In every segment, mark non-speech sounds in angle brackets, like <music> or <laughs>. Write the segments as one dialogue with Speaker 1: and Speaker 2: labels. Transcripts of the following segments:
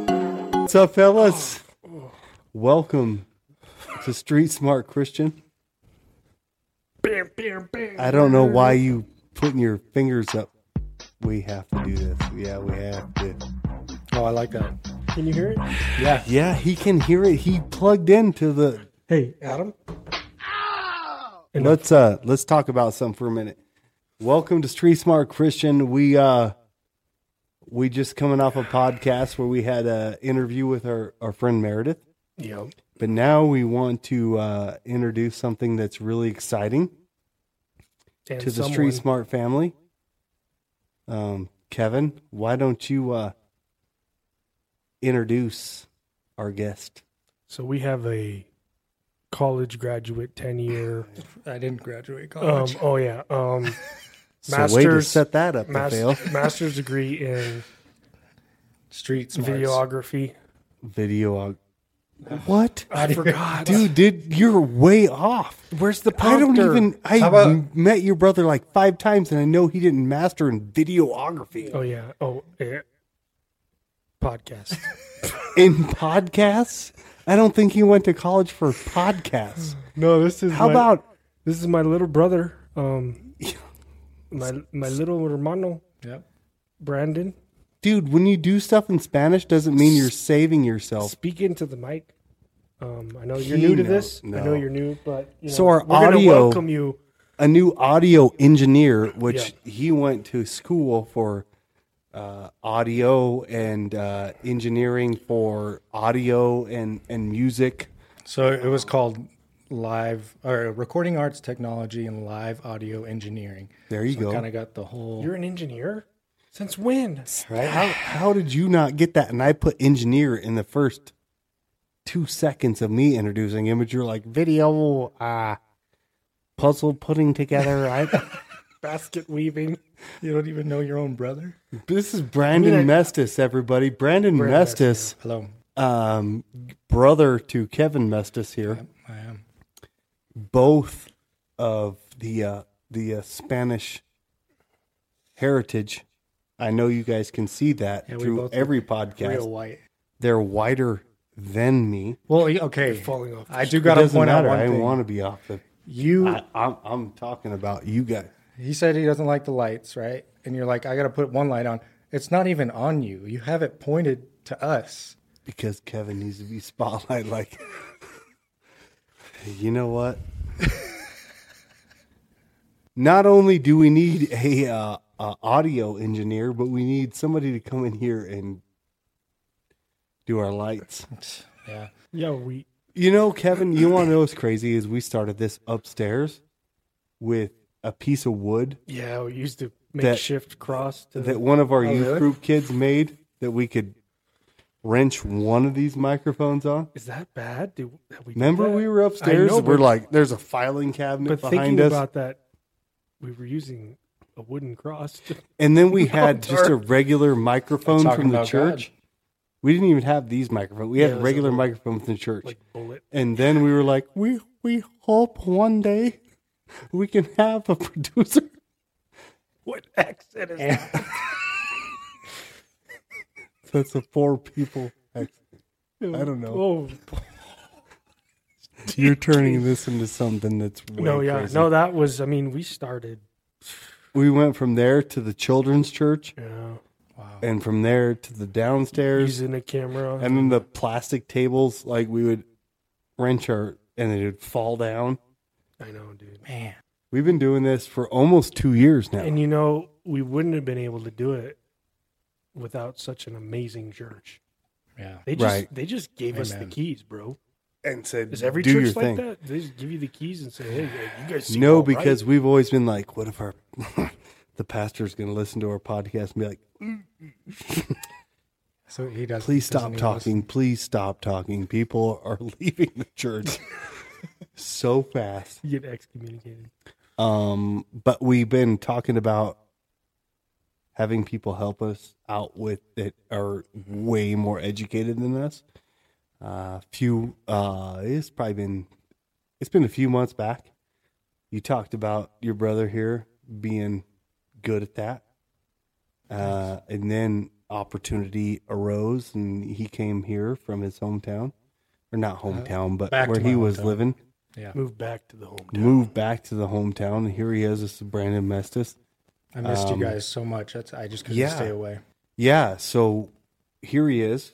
Speaker 1: What's up, fellas? Welcome to Street Smart Christian.
Speaker 2: Uh,
Speaker 1: I don't know why you putting your fingers up. We have to do this. Yeah, we have to.
Speaker 3: Oh, I like that. Can you hear it?
Speaker 1: Yeah, he can hear it. He plugged into the.
Speaker 3: Hey, Adam.
Speaker 1: Let's uh, let's talk about something for a minute. Welcome to Street Smart Christian. We uh, we just coming off a podcast where we had a interview with our our friend Meredith.
Speaker 3: Yep.
Speaker 1: But now we want to uh, introduce something that's really exciting
Speaker 3: And
Speaker 1: to the
Speaker 3: someone-
Speaker 1: Street Smart family. Um, Kevin, why don't you uh, introduce our guest?
Speaker 2: So we have a college graduate, ten <sighs> year.
Speaker 3: I didn't graduate
Speaker 2: Um,
Speaker 3: college.
Speaker 2: oh yeah, <laughs> um,
Speaker 1: so way to
Speaker 2: Masters-
Speaker 1: set that up,
Speaker 2: mas-
Speaker 1: Raphael.
Speaker 2: master's degree <laughs> in
Speaker 3: Street smarts.
Speaker 2: videography.
Speaker 1: Video. What?
Speaker 2: I <laughs> forgot.
Speaker 1: Dude, did you're way off.
Speaker 2: where's the
Speaker 1: I don't even. I
Speaker 3: How about-
Speaker 1: m- met your brother like five times, and I know he didn't master in videography
Speaker 2: Oh yeah. Oh yeah. Podcast.
Speaker 1: in podcasts. I don't think he went to college for podcasts.
Speaker 2: <laughs> no, this is
Speaker 1: How
Speaker 2: my-
Speaker 1: about
Speaker 2: this is my little brother.
Speaker 1: <laughs>
Speaker 2: Um, my my little hermano
Speaker 3: Yep.
Speaker 2: Brandon.
Speaker 1: dude, when you do stuff in Spanish, doesn't mean you're saving yourself.
Speaker 2: Speak into the mic. Um, I know you're
Speaker 1: He
Speaker 2: new to
Speaker 1: know-
Speaker 2: this. I
Speaker 1: no.
Speaker 2: know you're new, but you know,
Speaker 1: So our
Speaker 2: we're gonna
Speaker 1: audio-
Speaker 2: welcome you.
Speaker 1: A new audio engineer, which he went to school for uh, audio and uh, engineering for audio and, and music.
Speaker 3: So it was called live or recording arts technology and live audio engineering.
Speaker 1: There you go.
Speaker 3: Kind of got the whole.
Speaker 2: You're an engineer. Since when?
Speaker 1: <laughs> Right? How, how did you not get that? And I put engineer in the first two seconds of me introducing him, but you're like video, uh, puzzle putting together. <laughs> I,
Speaker 2: basket weaving.
Speaker 3: you don't even know your own brother.
Speaker 1: this is Brandon
Speaker 2: I-
Speaker 1: Mestis, everybody. Brandon,
Speaker 2: Brandon
Speaker 1: Mestis.
Speaker 3: Hello,
Speaker 1: um, brother to Kevin Mestis here.
Speaker 3: I am.
Speaker 1: Both of the uh, the uh, Spanish heritage. I know you guys can see that
Speaker 3: Yeah, we
Speaker 1: through
Speaker 3: both
Speaker 1: every podcast.
Speaker 3: Real white.
Speaker 1: They're whiter than me.
Speaker 3: Well, y- okay.
Speaker 2: falling off
Speaker 3: I do
Speaker 1: It
Speaker 3: got to
Speaker 1: doesn't
Speaker 3: point out
Speaker 1: matter.
Speaker 3: one
Speaker 1: I
Speaker 3: thing.
Speaker 1: want to be off the.
Speaker 3: you.
Speaker 1: I, I'm, I'm talking about you guys.
Speaker 3: He said he doesn't like the lights, right? And you're like, I got to put one light on. It's not even on you. You have it pointed to us.
Speaker 1: because Kevin needs to be spotlight. Like, you know what? <laughs> Not only do we need a, uh, a audio engineer, but we need somebody to come in here and do our lights.
Speaker 3: Yeah.
Speaker 2: Yeah, we.
Speaker 1: You know, Kevin, you want to know what's crazy is we started this upstairs with a piece of wood
Speaker 2: Yeah, we used to makeshift cross. To
Speaker 1: that one of our
Speaker 3: Oh,
Speaker 1: youth
Speaker 3: really?
Speaker 1: group kids made that we could wrench one of these microphones on.
Speaker 2: is that bad? Do have we did
Speaker 1: Remember,
Speaker 2: that?
Speaker 1: we were upstairs.
Speaker 2: know,
Speaker 1: we're
Speaker 2: but-
Speaker 1: like, there's a filing cabinet
Speaker 2: But
Speaker 1: behind
Speaker 2: thinking
Speaker 1: us,
Speaker 2: about that, we were using a wooden cross. to- <laughs>
Speaker 1: and then we had just a regular microphone
Speaker 3: Talking
Speaker 1: from the
Speaker 3: about
Speaker 1: church.
Speaker 3: God.
Speaker 1: We didn't even have these microphones. We
Speaker 2: Yeah, it
Speaker 1: had
Speaker 2: was a
Speaker 1: regular
Speaker 2: little-
Speaker 1: microphones in the church,
Speaker 2: like bullet.
Speaker 1: and then we were like, we we hope one day we can have a producer. <laughs>
Speaker 2: <laughs> What
Speaker 1: Eh,
Speaker 2: accent is
Speaker 3: And-
Speaker 1: That's a four people. accent. I don't know.
Speaker 2: Oh
Speaker 1: You're turning this into something that's way
Speaker 2: no, yeah,
Speaker 1: crazy.
Speaker 2: no. That was. I mean, we started.
Speaker 1: We went from there to the children's church,
Speaker 2: You know, Oh.
Speaker 1: and from there to the downstairs.
Speaker 2: using a camera.
Speaker 1: And then the plastic tables, like we would wrench our and it would fall down.
Speaker 2: I know, dude.
Speaker 3: Man.
Speaker 1: We've been doing this for almost two years now.
Speaker 2: And you know, we wouldn't have been able to do it without such an amazing church.
Speaker 3: Yeah.
Speaker 2: They just
Speaker 1: Right.
Speaker 2: they just gave us the
Speaker 3: Amen.
Speaker 2: keys, bro.
Speaker 1: And said,
Speaker 2: Is every
Speaker 1: do your
Speaker 2: church like
Speaker 1: thing.
Speaker 2: that? They just give you the keys and say, "Hey, you guys." Sing
Speaker 1: No,
Speaker 2: all right."
Speaker 1: because we've always been like, what if our <laughs> the pastor's going to listen to our podcast and be like,
Speaker 3: So he does.
Speaker 1: please
Speaker 3: doesn't
Speaker 1: stop
Speaker 3: he
Speaker 1: talking, please stop talking. People are <laughs> leaving the
Speaker 2: <laughs>
Speaker 1: church so fast.
Speaker 2: you get excommunicated.
Speaker 1: Um, but we've been talking about having people help us out with that are way more educated than us. Uh, few, uh, it's probably been, it's been a few months back. You talked about your brother here being good at that. Uh, and then opportunity arose, and he came here from his hometown, or not hometown, but
Speaker 3: Uh, back
Speaker 1: where
Speaker 3: to my
Speaker 1: he was
Speaker 3: hometown.
Speaker 1: living.
Speaker 2: Move back to the hometown.
Speaker 1: Moved back to the hometown, and here he is. This is Brandon Mestis.
Speaker 3: I missed
Speaker 1: Um,
Speaker 3: you guys so much. That's, I just couldn't
Speaker 1: yeah.
Speaker 3: stay away.
Speaker 1: Yeah, so here he is.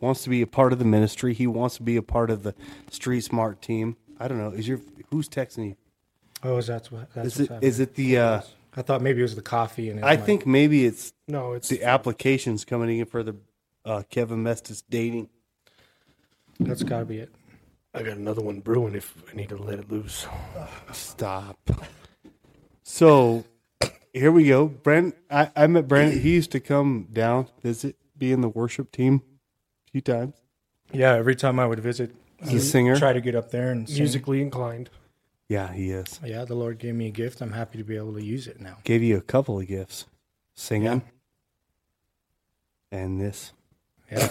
Speaker 1: Wants to be a part of the ministry. He wants to be a part of the Street Smart team. I don't know. Is your who's texting you?
Speaker 3: Oh, is that what? That's
Speaker 1: Is
Speaker 3: what's
Speaker 1: it
Speaker 3: happening.
Speaker 1: is it the? Uh,
Speaker 3: I thought maybe it was the coffee. And it
Speaker 1: I
Speaker 3: might-
Speaker 1: think maybe it's
Speaker 2: No, it's
Speaker 1: the applications coming in for the uh, Kevin Mestis dating.
Speaker 3: that's got to be it.
Speaker 2: I got another one brewing if I need to let it loose.
Speaker 1: Stop. So here we go. Brent, I, I met Brent. He used to come down, visit, be in the worship team a few times.
Speaker 3: Yeah, every time I would visit, I
Speaker 1: He's a
Speaker 3: would
Speaker 1: singer.
Speaker 3: Try to get up there and sing.
Speaker 2: Musically inclined.
Speaker 1: Yeah, he is.
Speaker 3: Yeah, the Lord gave me a gift. I'm happy to be able to use it <laughs> now.
Speaker 1: Gave you a couple of gifts singing and this.
Speaker 3: Yeah,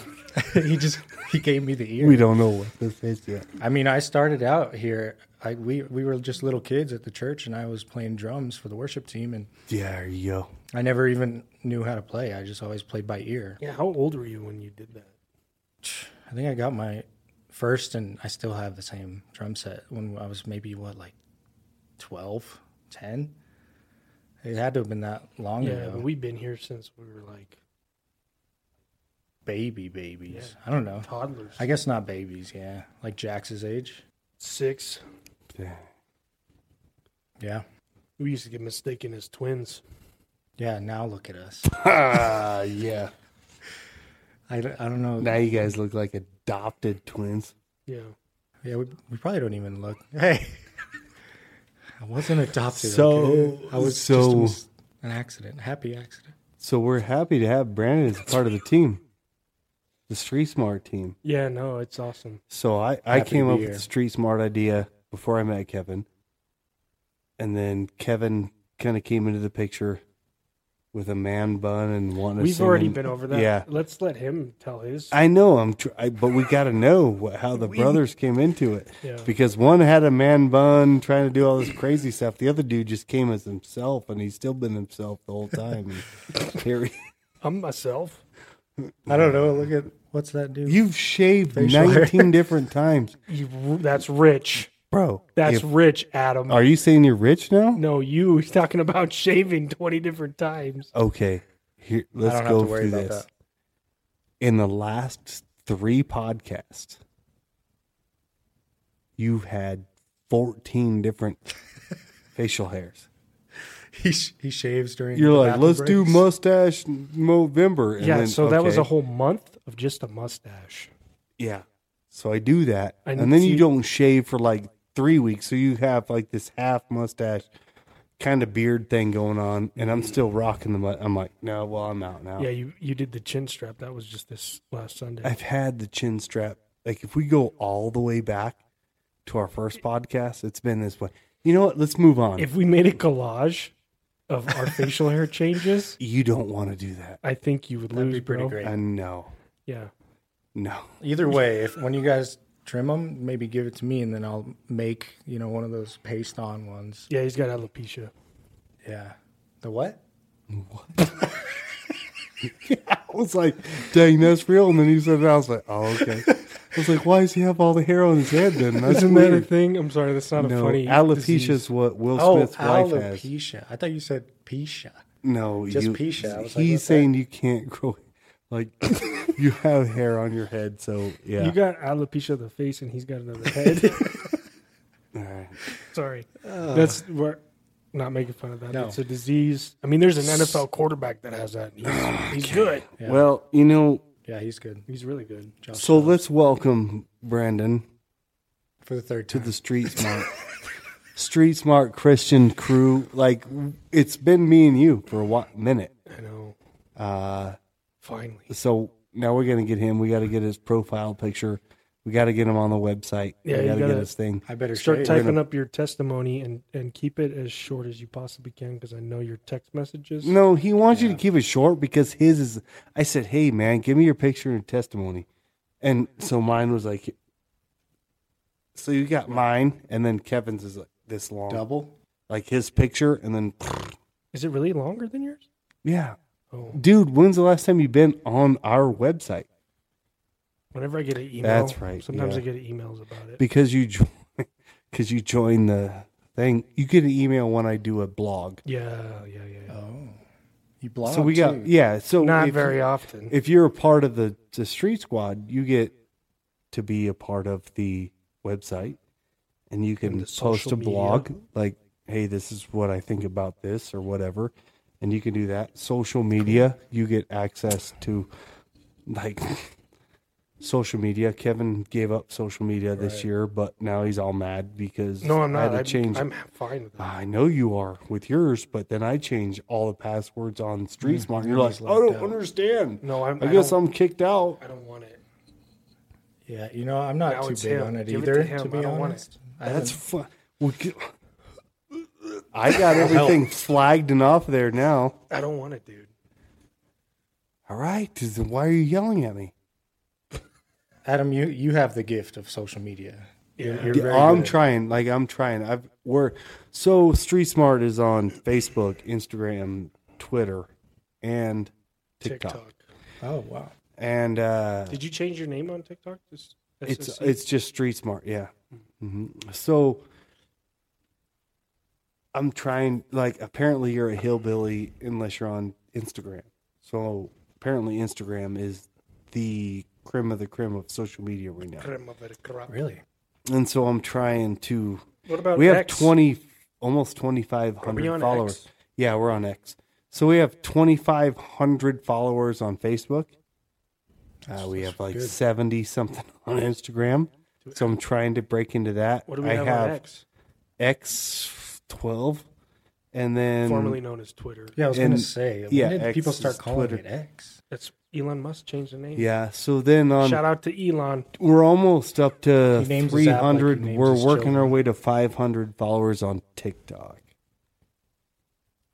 Speaker 3: <laughs> he just he gave me the ear.
Speaker 1: We don't know what this is yet.
Speaker 3: I mean, I started out here. I we we were just little kids at the church, and I was playing drums for the worship team, and
Speaker 1: There you go.
Speaker 3: I never even knew how to play. I just always played by ear.
Speaker 2: Yeah, how old were you when you did that?
Speaker 3: I think I got my first, and I still have the same drum set when I was maybe what like 12, 10? It had to have been that long
Speaker 2: Yeah,
Speaker 3: ago.
Speaker 2: but we've been here since we were like
Speaker 3: Baby babies. I don't know.
Speaker 2: toddlers.
Speaker 3: I guess not babies. Yeah, like Jax's age.
Speaker 2: six.
Speaker 1: Yeah.
Speaker 3: Yeah.
Speaker 2: We used to get mistaken as twins.
Speaker 3: Yeah. Now look at us.
Speaker 1: Ah, <laughs> yeah.
Speaker 3: I, don't- I don't know.
Speaker 1: Now you guys look like adopted twins.
Speaker 2: Yeah.
Speaker 3: Yeah, we, we probably don't even look. Hey, I wasn't adopted.
Speaker 1: So-
Speaker 3: okay? I was
Speaker 1: so-
Speaker 3: just a mis- an accident, happy accident.
Speaker 1: So we're happy to have Brandon as a part of the team, the Street Smart team.
Speaker 2: Yeah, no, it's awesome.
Speaker 1: So I,
Speaker 3: Happy
Speaker 1: I
Speaker 3: to
Speaker 1: came
Speaker 3: be
Speaker 1: up
Speaker 3: here.
Speaker 1: with the Street Smart idea before I met Kevin. And then Kevin kind of came into the picture with a man bun and wanted to
Speaker 2: We've
Speaker 1: sing
Speaker 2: already
Speaker 1: and-
Speaker 2: been over that.
Speaker 1: Yeah.
Speaker 2: Let's let him tell his.
Speaker 1: I know I'm tr- I, but we got to know what, how the brothers came into it
Speaker 2: Yeah.
Speaker 1: because one had a man bun trying to do all this crazy stuff. The other dude just came as himself and he's still been himself the whole
Speaker 3: <laughs>
Speaker 1: time. And here he-
Speaker 2: I'm myself.
Speaker 3: I don't know. Look at what's that dude?
Speaker 1: You've shaved
Speaker 3: Facial hair.
Speaker 1: 19 different times.
Speaker 2: You, that's rich.
Speaker 1: Bro,
Speaker 2: That's
Speaker 1: if-
Speaker 2: rich, Adam.
Speaker 1: are you saying you're rich now?
Speaker 2: no, you <laughs> he's talking about shaving 20 different times.
Speaker 1: Okay, here let's
Speaker 3: I don't
Speaker 1: go
Speaker 3: have to worry
Speaker 1: through
Speaker 3: about
Speaker 1: this.
Speaker 3: that.
Speaker 1: In the last three podcasts, you've had 14
Speaker 3: <laughs>
Speaker 1: different facial hairs.
Speaker 3: He sh- he shaves during.
Speaker 1: You're
Speaker 3: the
Speaker 1: like,
Speaker 3: bathroom
Speaker 1: let's do
Speaker 3: breaks."
Speaker 1: mustache November. And
Speaker 2: yeah,
Speaker 1: then-
Speaker 2: so that was a
Speaker 1: okay,
Speaker 2: whole month of just a mustache.
Speaker 1: yeah. So I do that,
Speaker 2: I
Speaker 1: and then
Speaker 2: see-
Speaker 1: you don't shave for like three weeks, so you have like this half mustache. Kind of beard thing going on, and I'm still rocking the. Mud. I'm like, no, well, I'm out now.
Speaker 2: Yeah, you, you did the chin strap. That was just this last Sunday.
Speaker 1: I've had the chin strap. Like if we go all the way back to our first podcast, it's been this way. You know what? Let's move on.
Speaker 2: if we made a collage of our facial hair changes,
Speaker 1: you don't want to do that,
Speaker 2: I think you would
Speaker 3: That'd
Speaker 2: lose.
Speaker 3: be pretty
Speaker 2: bro.
Speaker 3: great.
Speaker 1: I know.
Speaker 2: Yeah.
Speaker 1: No.
Speaker 3: Either way, if when you guys trim them, maybe give it to me, and then I'll make you know one of those paste on ones.
Speaker 2: Yeah, he's got alopecia.
Speaker 3: Yeah. The what?
Speaker 1: I was like, dang, that's real. And then he said, it. I was like, oh, okay. I was like, why does he have all the hair on his head
Speaker 3: <laughs>
Speaker 1: then? That's
Speaker 2: Isn't that a
Speaker 1: weird.
Speaker 2: thing? I'm sorry, that's not a
Speaker 1: No,
Speaker 2: funny
Speaker 1: alopecia
Speaker 2: disease.
Speaker 1: is what Will
Speaker 3: Oh,
Speaker 1: Smith's wife has.
Speaker 3: alopecia. I thought you said pisha.
Speaker 1: No,
Speaker 3: Just
Speaker 1: you,
Speaker 3: Pisha. I was like,
Speaker 1: he's
Speaker 3: what's that?
Speaker 1: saying you can't <laughs> grow. Like, you have hair on your head, so yeah.
Speaker 2: You got alopecia of the face, and he's got another head.
Speaker 1: all right.
Speaker 2: sorry, that's we're not making fun of that.
Speaker 3: No.
Speaker 2: It's a disease. I mean, there's an NFL quarterback that has that. and He's, he's good.
Speaker 3: Yeah.
Speaker 1: Well, you know,
Speaker 3: Yeah, he's good.
Speaker 2: He's really good.
Speaker 3: Josh
Speaker 1: So let's welcome Brandon
Speaker 3: for the third
Speaker 1: to
Speaker 3: time.
Speaker 1: the Street
Speaker 3: <laughs>
Speaker 1: Smart Street Smart Christian crew. Like it's been me and you for a wa- minute.
Speaker 2: I know.
Speaker 1: Uh,
Speaker 2: Finally,
Speaker 1: so now we're gonna get him. We got to get his profile picture. We got to get him on the website.
Speaker 2: Yeah,
Speaker 1: we
Speaker 2: you
Speaker 1: got to
Speaker 2: gotta-
Speaker 1: get his thing.
Speaker 3: I better
Speaker 2: start
Speaker 3: shave.
Speaker 2: typing up your testimony and and keep it as short as you possibly can because I know your text messages.
Speaker 1: No, he wants you to keep it short because his is. I said, "Hey, man, give me your picture and testimony," and so mine was like. So you got mine, and then Kevin's is like this long,
Speaker 3: double.
Speaker 1: like his picture, and then
Speaker 2: Is it really longer than yours? Oh,
Speaker 1: yeah,
Speaker 2: So
Speaker 1: Dude, when's the last time you've been on our website?
Speaker 2: whenever I get an email,
Speaker 1: That's right,
Speaker 2: Sometimes
Speaker 1: yeah.
Speaker 2: I get emails about it.
Speaker 1: Because you <laughs> because you join the thing. You get an email when I do a blog.
Speaker 2: yeah, yeah, yeah. yeah.
Speaker 3: Oh, you blog.
Speaker 2: Oh,
Speaker 1: so we got
Speaker 3: too.
Speaker 1: yeah, so
Speaker 2: Not
Speaker 1: if-
Speaker 2: very often.
Speaker 1: if you're a part of the, the street squad, you get to be a part of the website and you can
Speaker 2: the
Speaker 1: post
Speaker 2: social
Speaker 1: a
Speaker 2: media.
Speaker 1: blog like, hey, this is what I think about this or whatever. And you can do that. Social media, you get access to like <laughs> social media. Kevin gave up social media this
Speaker 3: Right.
Speaker 1: year, but now he's all mad because
Speaker 2: no, I'm
Speaker 1: I had
Speaker 2: not.
Speaker 1: to
Speaker 2: I'm,
Speaker 1: change
Speaker 2: I'm fine with that.
Speaker 1: I know you are with yours, but then I change all the passwords on Street Smart. Mm, You're like,
Speaker 3: he's
Speaker 1: I
Speaker 3: locked
Speaker 1: don't
Speaker 3: out."
Speaker 1: understand.
Speaker 2: No, I'm-
Speaker 1: I
Speaker 2: I
Speaker 1: guess
Speaker 2: don't-
Speaker 1: I'm kicked out.
Speaker 2: I don't want it.
Speaker 3: yeah. You know, I'm not
Speaker 2: Now
Speaker 3: too
Speaker 2: it's
Speaker 3: big
Speaker 2: him.
Speaker 3: on it
Speaker 2: Give it to
Speaker 3: either.
Speaker 2: him.
Speaker 3: to be
Speaker 2: I don't want
Speaker 3: honest, I
Speaker 1: That's fun.
Speaker 3: haven't-
Speaker 1: Well, g- I
Speaker 2: <laughs>
Speaker 1: got everything flagged and off there now.
Speaker 2: I don't want it, dude.
Speaker 1: All right, is- then why are you yelling at me?
Speaker 3: Adam. You you have the gift of social media. You're,
Speaker 2: Yeah.
Speaker 3: you're
Speaker 1: Yeah,
Speaker 3: very
Speaker 1: I'm
Speaker 3: good.
Speaker 1: trying. Like I'm trying. I've we're so Street Smart is on Facebook, Instagram, Twitter, and TikTok.
Speaker 2: TikTok.
Speaker 3: Oh wow.
Speaker 1: And uh,
Speaker 2: Did you change your name on TikTok? This
Speaker 1: it's
Speaker 2: SSC?
Speaker 1: it's just street smart yeah hmm so i'm trying like apparently you're a hillbilly unless you're on instagram so apparently instagram is the creme of the creme of social media right now
Speaker 2: Creme of the crop.
Speaker 3: Really?
Speaker 1: and so i'm trying to
Speaker 2: What about
Speaker 1: we have
Speaker 2: X?
Speaker 1: 20 almost
Speaker 2: Are we
Speaker 1: 2500
Speaker 2: on
Speaker 1: followers
Speaker 2: X?
Speaker 1: yeah we're on x so we have 2500 followers on facebook uh, we have like
Speaker 3: good.
Speaker 1: 70 something <laughs> on instagram so i'm trying to break into that
Speaker 2: What do we
Speaker 1: i
Speaker 2: have,
Speaker 1: have
Speaker 2: on X?
Speaker 1: x 12 and then
Speaker 2: Formerly known as Twitter.
Speaker 3: Yeah, I was
Speaker 1: And-
Speaker 3: gonna say. When
Speaker 1: yeah,
Speaker 3: did
Speaker 1: X
Speaker 3: people
Speaker 1: is
Speaker 3: start calling
Speaker 1: Twitter.
Speaker 3: it X?
Speaker 2: That's Elon Musk changed the name.
Speaker 1: yeah so then on
Speaker 2: Shout out to Elon.
Speaker 1: we're almost up to
Speaker 3: He names his app like he
Speaker 1: 300
Speaker 3: names
Speaker 1: we're
Speaker 3: his
Speaker 1: working our
Speaker 3: children.
Speaker 1: way to 500 followers on tiktok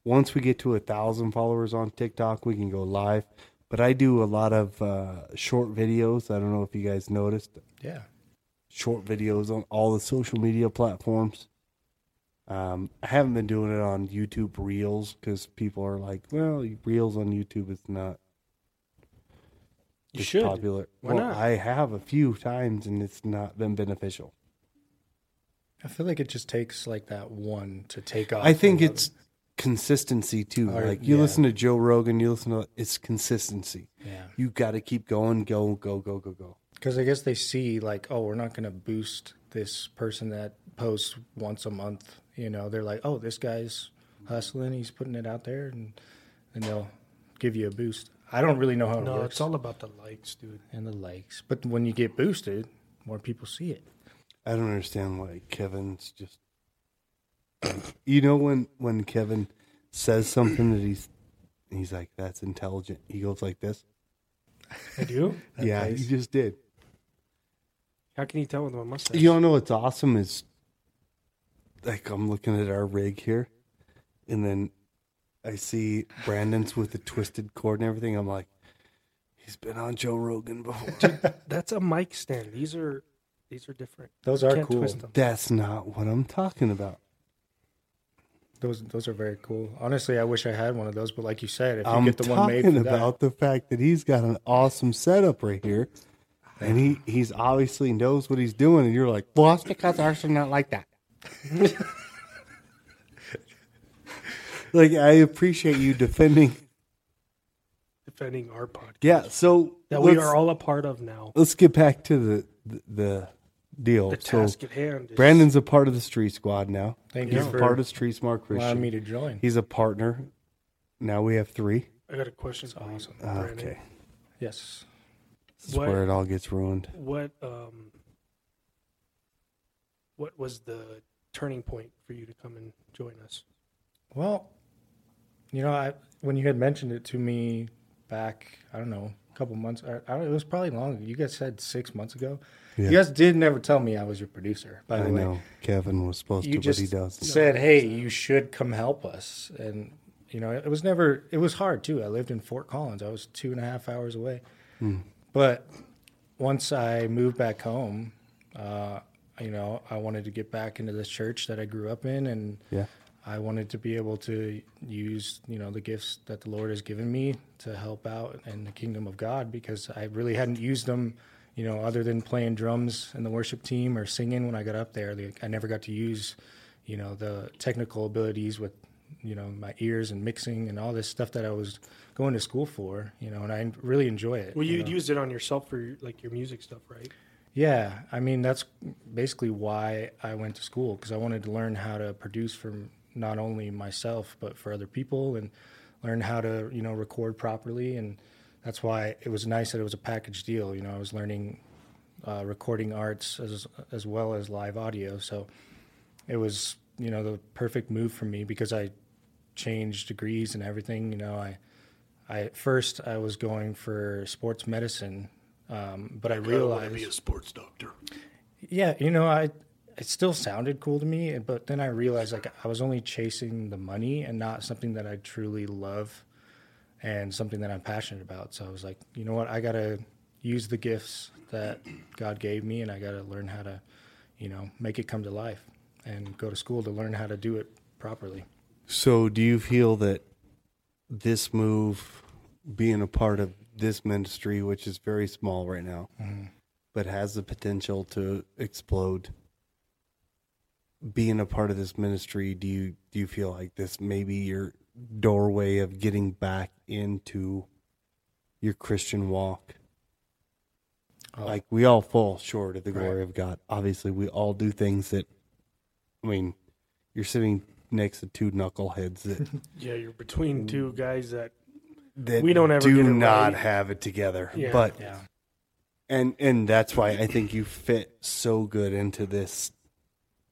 Speaker 1: once we get to a thousand followers on tiktok we can go live but i do a lot of uh, short videos i don't know if you guys noticed
Speaker 3: Yeah.
Speaker 1: short videos on all the social media platforms um, i haven't been doing it on youtube reels because people are like well reels on youtube is not
Speaker 2: You
Speaker 1: it's
Speaker 2: should.
Speaker 1: popular
Speaker 2: Why
Speaker 1: well
Speaker 2: not?
Speaker 1: i have a few times and it's not been beneficial
Speaker 3: I feel like it just takes like that one to take off.
Speaker 1: I think
Speaker 3: another.
Speaker 1: it's consistency too.
Speaker 3: Or-
Speaker 1: like you
Speaker 3: yeah.
Speaker 1: listen to Joe Rogan, you listen to it's consistency.
Speaker 3: yeah.
Speaker 1: You got to keep going, go, go, go, go, go.
Speaker 3: Because I guess they see like, oh, we're not going to boost this person that posts once a month. You know, they're like, oh, this guy's hustling, he's putting it out there, and and they'll give you a boost. I don't Oh, really know how it
Speaker 2: No,
Speaker 3: works
Speaker 2: it's all about the likes, dude.
Speaker 3: and the likes, but when you get boosted, more people see it.
Speaker 1: I don't understand why Kevin's just. You know when when Kevin says something that he's he's like that's intelligent. He goes like this.
Speaker 2: I do.
Speaker 1: yeah,
Speaker 3: nice.
Speaker 1: he just did.
Speaker 2: How can you tell with my mustache?
Speaker 1: You don't know what's awesome is like I'm looking at our rig here, and then I see Brandon's with the twisted cord and everything. I'm like, he's been on Joe Rogan before.
Speaker 2: That's a mic stand. These are these are different.
Speaker 3: Those
Speaker 2: You
Speaker 3: are
Speaker 2: can't
Speaker 3: cool.
Speaker 2: twist them.
Speaker 1: That's not what I'm talking about.
Speaker 3: Those those are very cool. Honestly, I wish I had one of those, but like you said, if you
Speaker 1: I'm
Speaker 3: get the one made
Speaker 1: talking
Speaker 3: for that,
Speaker 1: about the fact that he's got an awesome setup right here, and he he's obviously knows what he's doing. And you're like, well, that's because ours are not like that. <laughs> like I appreciate you defending
Speaker 2: Defending our podcast
Speaker 1: Yeah, so
Speaker 2: that
Speaker 1: let's,
Speaker 2: we are all a part of now.
Speaker 1: let's get back to the the, the deal.
Speaker 2: The
Speaker 1: so
Speaker 2: task at hand. Is,
Speaker 1: Brandon's a part of the Street Squad now.
Speaker 3: Thank
Speaker 1: He's
Speaker 3: you
Speaker 1: a
Speaker 3: for
Speaker 1: part of Street Smart
Speaker 3: allowing
Speaker 1: Christian.
Speaker 3: me to join.
Speaker 1: He's a partner. Now we have three.
Speaker 2: I got a question. for you,
Speaker 3: awesome.
Speaker 1: Ah,
Speaker 2: Brandon.
Speaker 1: okay,
Speaker 3: Yes,
Speaker 1: this is
Speaker 2: What-
Speaker 1: where it all gets ruined.
Speaker 2: What um, what was the turning point for you to come and join us?
Speaker 3: Well, you know, I, when you had mentioned it to me back, I don't know, a couple months, I, I don't, it was probably long. You guys said six months ago.
Speaker 1: Yeah.
Speaker 3: You guys did never tell me I was your producer, by the
Speaker 1: I
Speaker 3: way.
Speaker 1: know Kevin was supposed
Speaker 3: You
Speaker 1: to, but he
Speaker 3: just
Speaker 1: does.
Speaker 3: said, hey, you should come help us. And, you know, it was never, it was hard too. I lived in Fort Collins, I was two and a half hours away.
Speaker 1: Hmm.
Speaker 3: But once I moved back home, uh, you know, I wanted to get back into the church that I grew up in and
Speaker 1: Yeah,
Speaker 3: I wanted to be able to use, you know, the gifts that the Lord has given me to help out in the kingdom of God because I really hadn't used them, you know, other than playing drums in the worship team or singing when I got up there. Like, I never got to use, you know, the technical abilities with, you know, my ears and mixing and all this stuff that I was going to school for, you know, and I really enjoy it.
Speaker 2: Well,
Speaker 3: you
Speaker 2: you'd
Speaker 3: know?
Speaker 2: used it on yourself for your, like your music stuff, right?
Speaker 3: Yeah, I mean that's basically why I went to school because I wanted to learn how to produce for not only myself but for other people and learn how to you know record properly and that's why it was nice that it was a package deal. You know, I was learning uh, recording arts as as well as live audio, so it was you know the perfect move for me because I changed degrees and everything. You know, I I at first I was going for sports medicine. Um, but I realized
Speaker 4: be a sports doctor.
Speaker 3: yeah, you know, I it still sounded cool to me, but then I realized like I was only chasing the money and not something that I truly love and something that I'm passionate about. So I was like, you know what, I gotta use the gifts that God gave me, and I gotta learn how to, you know, make it come to life and go to school to learn how to do it properly.
Speaker 1: So, do you feel that this move, being a part of this ministry, which is very small right now,
Speaker 3: Mm-hmm.
Speaker 1: but has the potential to explode, being a part of this ministry, do you do you feel like this may be your doorway of getting back into your Christian walk?
Speaker 3: Oh.
Speaker 1: Like we all fall short of the
Speaker 3: Right.
Speaker 1: glory of God. Obviously, we all do things that. I mean, you're sitting next to two knuckleheads
Speaker 3: <laughs>
Speaker 1: that
Speaker 2: Yeah, you're between two guys that
Speaker 1: that
Speaker 2: We don't ever
Speaker 1: do
Speaker 2: get it
Speaker 1: not
Speaker 2: right.
Speaker 1: have it together.
Speaker 2: Yeah.
Speaker 1: But
Speaker 3: Yeah,
Speaker 1: and and that's why I think you fit so good into this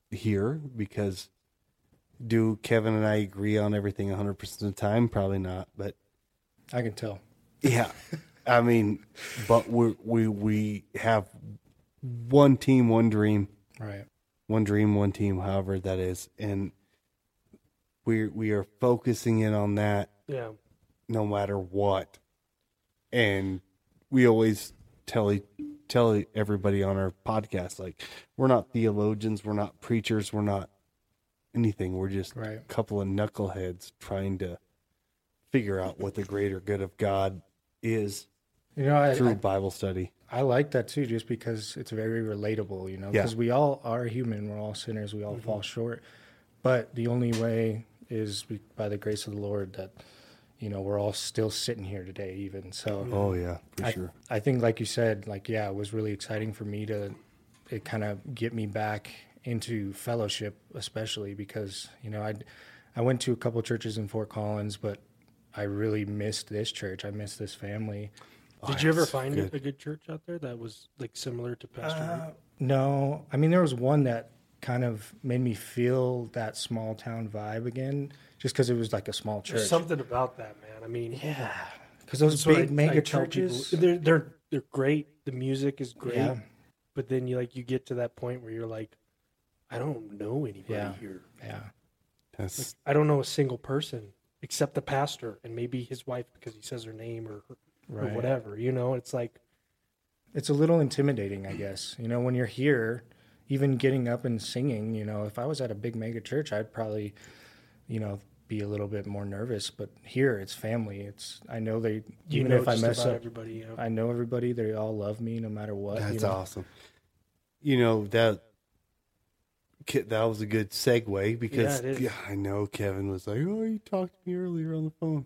Speaker 1: here because do Kevin and I agree on everything 100% of the time? Probably not, but
Speaker 2: <laughs>
Speaker 3: I can tell.
Speaker 1: yeah. I mean, but we we we have one team, one dream
Speaker 3: Right.
Speaker 1: one dream, one team, however that is, and we we are focusing in on that
Speaker 2: yeah.
Speaker 1: no matter what, and we always tell e- tell everybody on our podcast like we're not theologians, we're not preachers, we're not anything. We're just
Speaker 3: Right.
Speaker 1: a couple of knuckleheads trying to figure out what the greater good of God is
Speaker 3: You know, I,
Speaker 1: through
Speaker 3: I
Speaker 1: Bible study.
Speaker 3: I like that too, just because it's very relatable, you know,
Speaker 1: Yeah.
Speaker 3: because we all are human. We're all sinners. We all fall short. But the only way is be- by the grace of the Lord that, you know, we're all still sitting here today, even. So
Speaker 1: Oh yeah, for
Speaker 3: I,
Speaker 1: sure.
Speaker 3: I think, like you said, like, yeah, it was really exciting for me to it kind of get me back into fellowship, especially because, you know, I I went to a couple churches in Fort Collins, but I really missed this church. I missed this family.
Speaker 2: Did you ever
Speaker 1: that's
Speaker 2: find
Speaker 1: good.
Speaker 2: a good church out there that was like similar to Pastor? Rick?
Speaker 3: Uh, no, I mean there was one that kind of made me feel that small town vibe again, just because it was like a small church.
Speaker 2: There's something about that, man. I mean,
Speaker 3: yeah, because those
Speaker 2: that's what
Speaker 3: big
Speaker 2: I-
Speaker 3: mega
Speaker 2: I tell
Speaker 3: churches.
Speaker 2: people. they're they're they're great. The music is great,
Speaker 3: Yeah.
Speaker 2: but then you like you get to that point where you're like, I don't know anybody
Speaker 3: Yeah.
Speaker 2: here.
Speaker 3: yeah,
Speaker 1: That's
Speaker 2: I don't know a single person except the pastor and maybe his wife because he says her name or,
Speaker 3: right.
Speaker 2: or whatever. You know, it's like
Speaker 3: It's a little intimidating, I guess. You know, when you're here, even getting up and singing. You know, if I was at a big mega church, I'd probably, you know, be a little bit more nervous. But here, it's family. It's I know they
Speaker 2: you
Speaker 3: even
Speaker 2: know
Speaker 3: if I
Speaker 2: just
Speaker 3: mess
Speaker 2: about
Speaker 3: up,
Speaker 2: everybody. You know?
Speaker 3: I know everybody. They all love me no matter what.
Speaker 1: That's
Speaker 3: you know?
Speaker 1: awesome. You know that Ke- that was a good segue because
Speaker 2: it is.
Speaker 1: yeah, I know Kevin was like, "Oh, you talked to me earlier on the phone."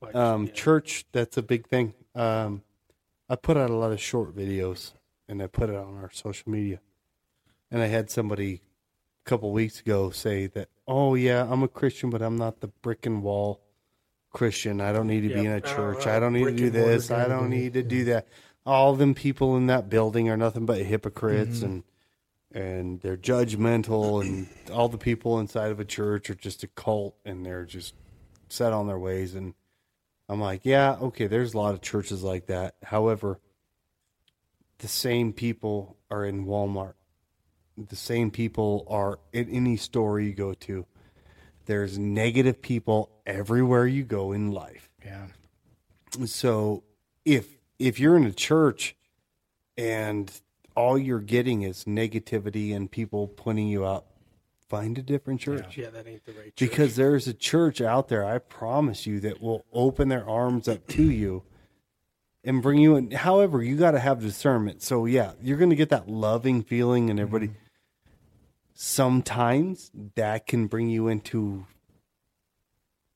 Speaker 2: Like,
Speaker 1: Um,
Speaker 2: yeah.
Speaker 1: Church, that's a big thing. Um, I put out a lot of short videos, and I put it on our social media. And I had somebody a couple weeks ago say that, "Oh yeah, I'm a Christian, but I'm not the brick and wall Christian. I don't need to be in
Speaker 2: Yeah,
Speaker 1: a
Speaker 2: uh,
Speaker 1: church.
Speaker 2: uh,
Speaker 1: I don't need to
Speaker 2: brick
Speaker 1: do
Speaker 2: and mortar
Speaker 1: this. I
Speaker 2: kind of
Speaker 1: don't
Speaker 2: thing.
Speaker 1: need to do that." All them people in that building are nothing but hypocrites
Speaker 2: Mm-hmm.
Speaker 1: and and they're judgmental and all the people inside of a church are just a cult and they're just set on their ways and I'm like, yeah, okay, there's a lot of churches like that. However, the same people are in Walmart. The same people are in any store you go to. There's negative people everywhere you go in life.
Speaker 3: Yeah.
Speaker 1: So if if you're in a church and all you're getting is negativity and people pointing you out, find a different church.
Speaker 2: Yeah, that ain't the right church.
Speaker 1: because there's a church out there i promise you that will open their arms up to you and bring you in however you got to have discernment so yeah you're going to get that loving feeling and everybody
Speaker 2: Mm-hmm.
Speaker 1: sometimes that can bring you into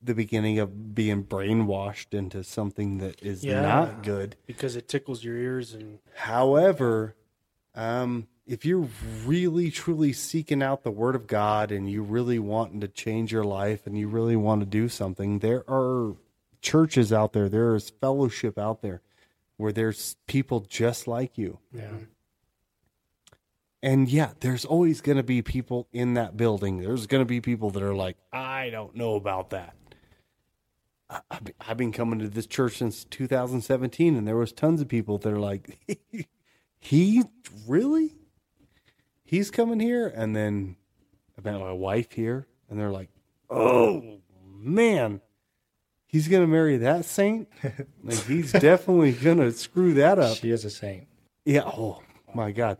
Speaker 1: the beginning of being brainwashed into something that is
Speaker 2: Yeah.
Speaker 1: not good
Speaker 2: because it tickles your ears and
Speaker 1: However, um, if you're really truly seeking out the Word of God and you really wanting to change your life and you really want to do something, there are churches out there, there is fellowship out there where there's people just like you.
Speaker 2: yeah.
Speaker 1: And yeah, there's always going to be people in that building. There's going to be people that are like, I don't know about that. I- I've been- I've been coming to this church since 2017, and there was tons of people that are like, <laughs> he really? He's coming here? And then I met my wife here, and they're like, oh, man, he's going to marry that saint? like, he's definitely going to screw that up.
Speaker 3: She is a saint.
Speaker 1: Yeah. Oh my God.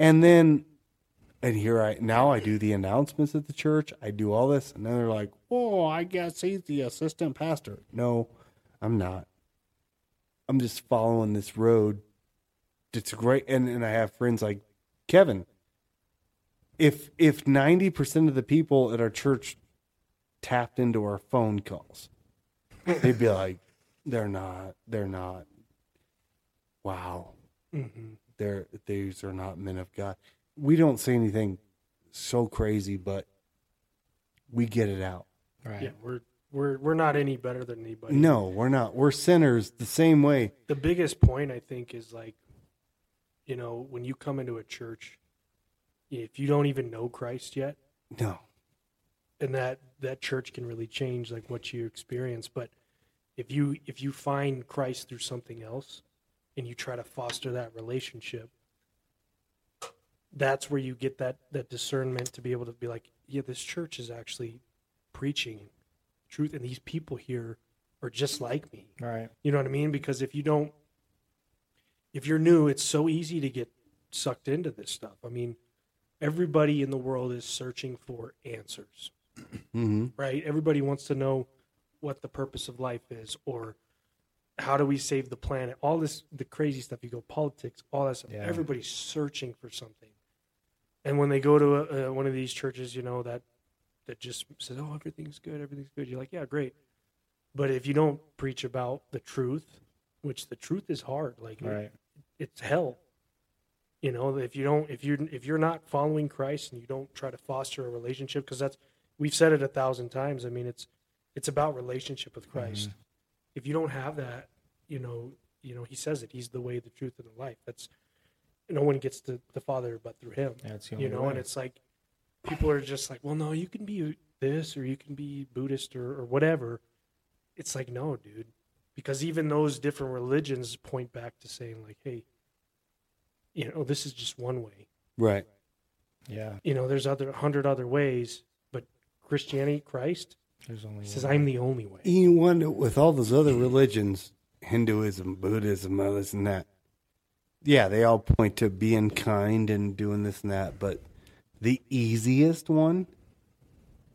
Speaker 1: And then, and here I now I do the announcements at the church. I do all this, and then they're like, "Whoa, I guess he's the assistant pastor." No, I'm not. I'm just following this road. It's great, and and I have friends like Kevin. If if ninety percent of the people at our church tapped into our phone calls, they'd be like, "They're not. They're not." Wow
Speaker 2: hmm
Speaker 1: they're these are not men of God. We don't say anything so crazy, but we get it out.
Speaker 3: Right.
Speaker 2: Yeah, we're we're we're not any better than anybody.
Speaker 1: No, we're not. We're sinners the same way.
Speaker 2: the biggest point I think is like, you know, when you come into a church, if you don't even know Christ yet,
Speaker 1: No.
Speaker 2: and that that church can really change like what you experience. But if you if you find Christ through something else, and you try to foster that relationship, that's where you get that that discernment to be able to be like, yeah, this church is actually preaching truth, and these people here are just like me.
Speaker 3: Right.
Speaker 2: You know what I mean? Because if you don't, if you're new, it's so easy to get sucked into this stuff. I mean, everybody in the world is searching for answers,
Speaker 1: Mm-hmm.
Speaker 2: right? Everybody wants to know what the purpose of life is or how do we save the planet? All this, the crazy stuff, you go politics, all that stuff.
Speaker 3: Yeah.
Speaker 2: Everybody's searching for something. And when they go to a, uh, one of these churches, you know, that, that just says, oh, everything's good, everything's good. You're like, yeah, great. But if you don't preach about the truth, which the truth is hard, like it-
Speaker 3: Right.
Speaker 2: it's hell. You know, if you don't, if you're if you're not following Christ and you don't try to foster a relationship, because that's we've said it a thousand times. I mean, it's it's about relationship with Christ. If you don't have that, you know, you know, He says it. He's the way, the truth, and the life. That's no one gets to the Father but through Him
Speaker 3: That's the only
Speaker 2: you know
Speaker 3: way.
Speaker 2: and it's like people are just like well no you can be this or you can be buddhist or, or whatever it's like no dude because even those different religions point back to saying like hey you know this is just one way
Speaker 1: Right.
Speaker 3: yeah.
Speaker 2: you know there's other hundred other ways but christianity christ
Speaker 3: There's only
Speaker 2: says
Speaker 3: one.
Speaker 2: i'm the only way
Speaker 1: You wonder with all those other religions, Hinduism, Buddhism, all this and that. Yeah, they all point to being kind and doing this and that, but the easiest one,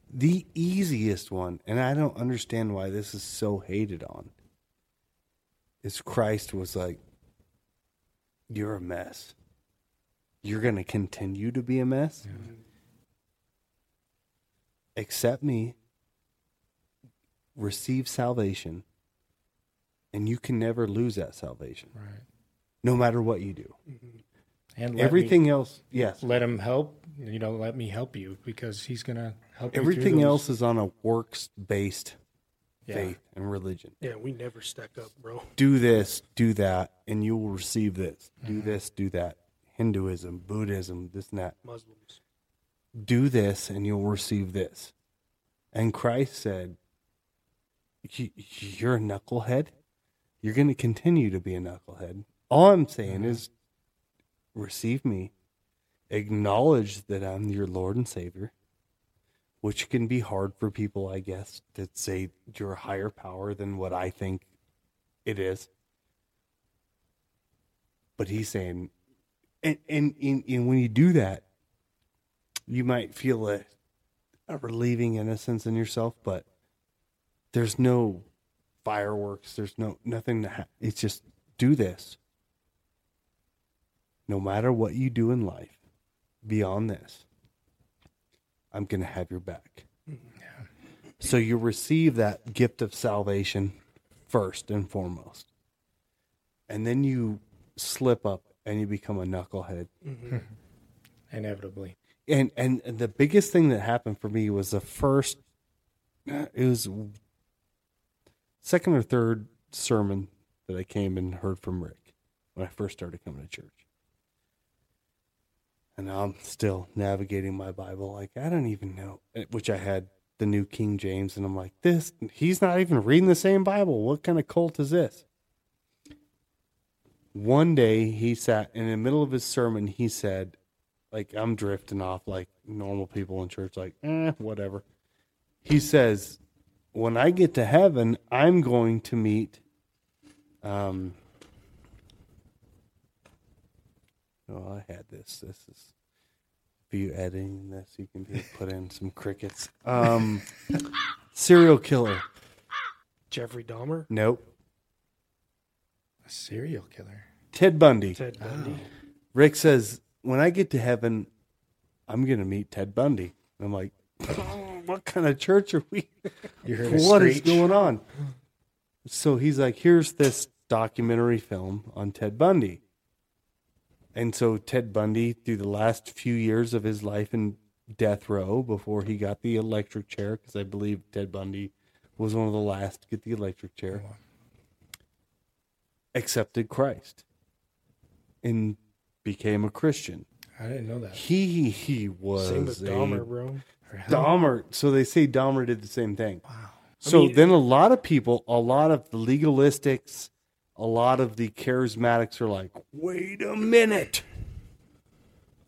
Speaker 1: the easiest one, and I don't understand why this is so hated on, is Christ was like, You're a mess. You're going to continue to be a mess. Accept me receive salvation and you can never lose that salvation
Speaker 3: right.
Speaker 1: no matter what you do
Speaker 3: And let
Speaker 1: everything else yes
Speaker 3: Me, let him help. You know, let me help you because he's gonna help. you through
Speaker 1: everything
Speaker 3: those-
Speaker 1: else is on a works based
Speaker 3: Yeah.
Speaker 1: faith and religion
Speaker 2: yeah we never stack up bro
Speaker 1: do this do that and you will receive this do
Speaker 3: Mm-hmm.
Speaker 1: this do that hinduism buddhism this and that
Speaker 2: muslims
Speaker 1: do this and you'll receive this and christ said "Y- you're a knucklehead you're going to continue to be a knucklehead all i'm saying is receive me acknowledge that i'm your lord and savior which can be hard for people i guess that say you're a higher power than what i think it is but he's saying and and, and, and when you do that you might feel a not relieving innocence in yourself, but there's no fireworks. There's no nothing. To ha- it's just do this. No matter what you do in life, beyond this, I'm gonna have your back. So you receive that gift of salvation first and foremost, and then you slip up and you become a knucklehead
Speaker 3: inevitably.
Speaker 1: and and and the biggest thing that happened for me was the first uh, it was second or third sermon that I came and heard from Rick when I first started coming to church. And I'm still navigating my Bible like I don't even know uh, which I had the new King James and I'm like this he's not even reading the same Bible. What kind of cult is this? One day he sat in the middle of his sermon he said like I'm drifting off like normal people in church, like, eh, whatever. He says, when I get to heaven, I'm going to meet um Oh, I had this. This is if you editing this, you can just put in some crickets. Um <laughs> serial killer.
Speaker 2: Jeffrey Dahmer,
Speaker 1: Nope.
Speaker 3: A serial killer.
Speaker 1: Ted Bundy.
Speaker 2: Ted Bundy.
Speaker 1: Rick says, when I get to heaven, I'm gonna meet Ted Bundy. And I'm like, <laughs> what kind of church are we
Speaker 3: You heard
Speaker 1: What
Speaker 3: a
Speaker 1: is
Speaker 3: screech.
Speaker 1: going on? So he's like, here's this documentary film on Ted Bundy. And so Ted Bundy, through the last few years of his life in death row before he got the electric chair, because I believe Ted Bundy was one of the last to get the electric chair, accepted Christ and became a Christian.
Speaker 3: I didn't know that.
Speaker 1: He he was
Speaker 2: Same with
Speaker 1: a
Speaker 2: Dahmer, bro.
Speaker 1: Dahmer. So they say Dahmer did the same thing.
Speaker 3: Wow.
Speaker 1: So
Speaker 2: mean-
Speaker 1: then a lot of people, a lot of the legalistics, a lot of the charismatics are like, wait a minute.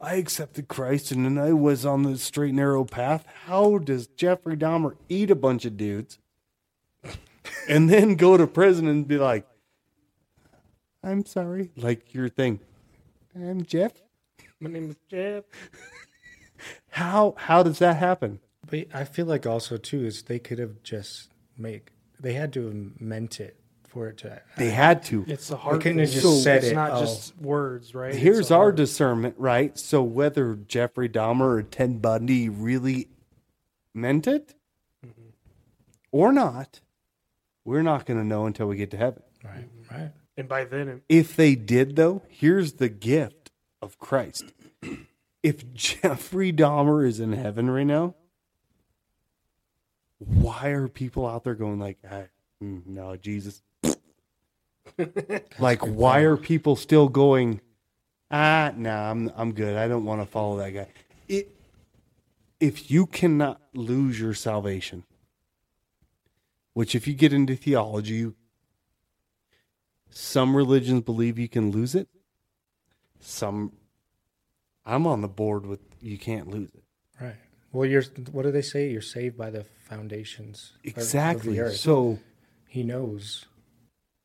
Speaker 1: I accepted Christ and then I was on the straight and narrow path. How does Jeffrey Dahmer eat a bunch of dudes <laughs> and then go to prison and be like, I'm sorry? Like your thing. I'm Jeff.
Speaker 2: My name is Jeff.
Speaker 1: How how does that happen?
Speaker 3: But I feel like also too is they could have just make they had to have meant it for it to.
Speaker 1: They had to.
Speaker 2: It's the heart.
Speaker 3: couldn't have
Speaker 2: thing.
Speaker 3: just said
Speaker 2: it's
Speaker 3: it,
Speaker 2: not
Speaker 3: oh.
Speaker 2: just words, right? It's
Speaker 1: Here's
Speaker 2: the
Speaker 1: our
Speaker 2: heart.
Speaker 1: discernment, right? So whether Jeffrey Dahmer or Ted Bundy really meant it or not, we're not going to know until we get to heaven.
Speaker 3: Right. Right.
Speaker 2: and by then, it-
Speaker 1: If they did, though, here's the gift of Christ. If Jeffrey Dahmer is in heaven right now, why are people out there going like, "Ah, mm, "No, Jesus"? like, why are people still going? Ah, nah, I'm I'm good. I don't want to follow that guy. It, if you cannot lose your salvation, which if you get into theology, you some religions believe you can lose it. Some, I'm on the board with you can't lose it.
Speaker 3: Right. Well, you're. What do they say? You're saved by the foundations. of- Of
Speaker 1: Exactly.
Speaker 3: the earth.
Speaker 1: So
Speaker 3: he knows.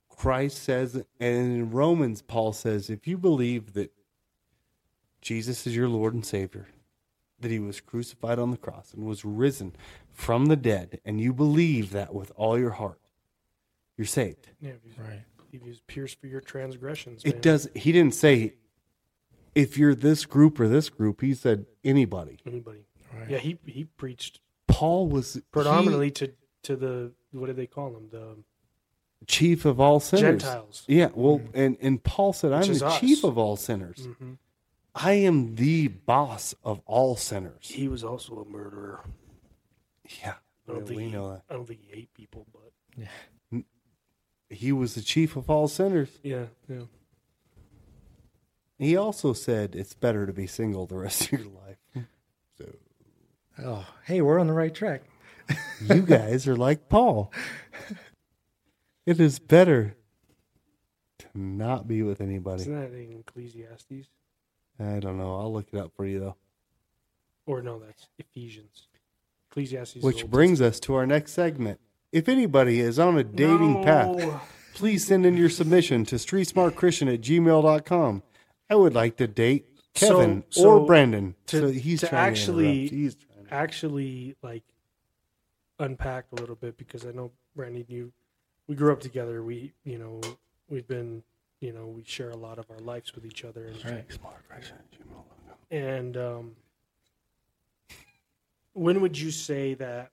Speaker 1: Christ says, and in Romans, Paul says, if you believe that Jesus is your Lord and Savior, that he was crucified on the cross and was risen from the dead, and you believe that with all your heart, you're saved.
Speaker 2: yeah, he was-
Speaker 3: Right.
Speaker 2: he was pierced for your transgressions.
Speaker 1: It
Speaker 2: man.
Speaker 1: does. He didn't say if you're this group or this group. He said anybody.
Speaker 2: anybody.
Speaker 3: Right.
Speaker 2: Yeah, he he preached
Speaker 1: Paul was he-
Speaker 2: predominantly to to the what do they call them? The um,
Speaker 1: chief of all sinners.
Speaker 2: Gentiles. Mm-hmm.
Speaker 1: Yeah, well, and and Paul said, "I'm
Speaker 2: Which is
Speaker 1: the
Speaker 2: us.
Speaker 1: chief of all sinners.
Speaker 2: Mhm.
Speaker 1: I am the boss of all sinners."
Speaker 2: He was also a murderer.
Speaker 1: Yeah,
Speaker 2: I don't think
Speaker 1: we
Speaker 2: he,
Speaker 1: know that
Speaker 2: I don't think he ate people, but
Speaker 1: he was the chief of all sinners.
Speaker 2: yeah, yeah.
Speaker 1: He also said, "It's better to be single the rest of your life." So
Speaker 3: Oh, hey, we're on the right track.
Speaker 1: you guys are like
Speaker 2: <laughs>
Speaker 1: Paul. It is better to not be with anybody.
Speaker 2: Isn't that in Ecclesiastes?
Speaker 1: I don't know. I'll look it up for you though.
Speaker 2: Or no, that's Ephesians. Ecclesiastes, is
Speaker 1: Which
Speaker 2: Old
Speaker 1: brings us to our next segment. If anybody is on a dating
Speaker 2: No.
Speaker 1: path, please send in your submission to streetsmartchristian at gmail.com. I would like to date
Speaker 2: So-
Speaker 1: Kevin
Speaker 2: so
Speaker 1: or Brandon.
Speaker 2: to-
Speaker 1: so he's
Speaker 2: to
Speaker 1: trying
Speaker 2: actually-
Speaker 1: to interrupt. He's trying to
Speaker 2: actually like unpack a little bit because I know Brandon, you, we grew up together. We, you know, we've been, you know, we share a lot of our lives with each other, and,
Speaker 3: Right.
Speaker 1: Smart version of Jim Malone.
Speaker 2: and um, when would you say that?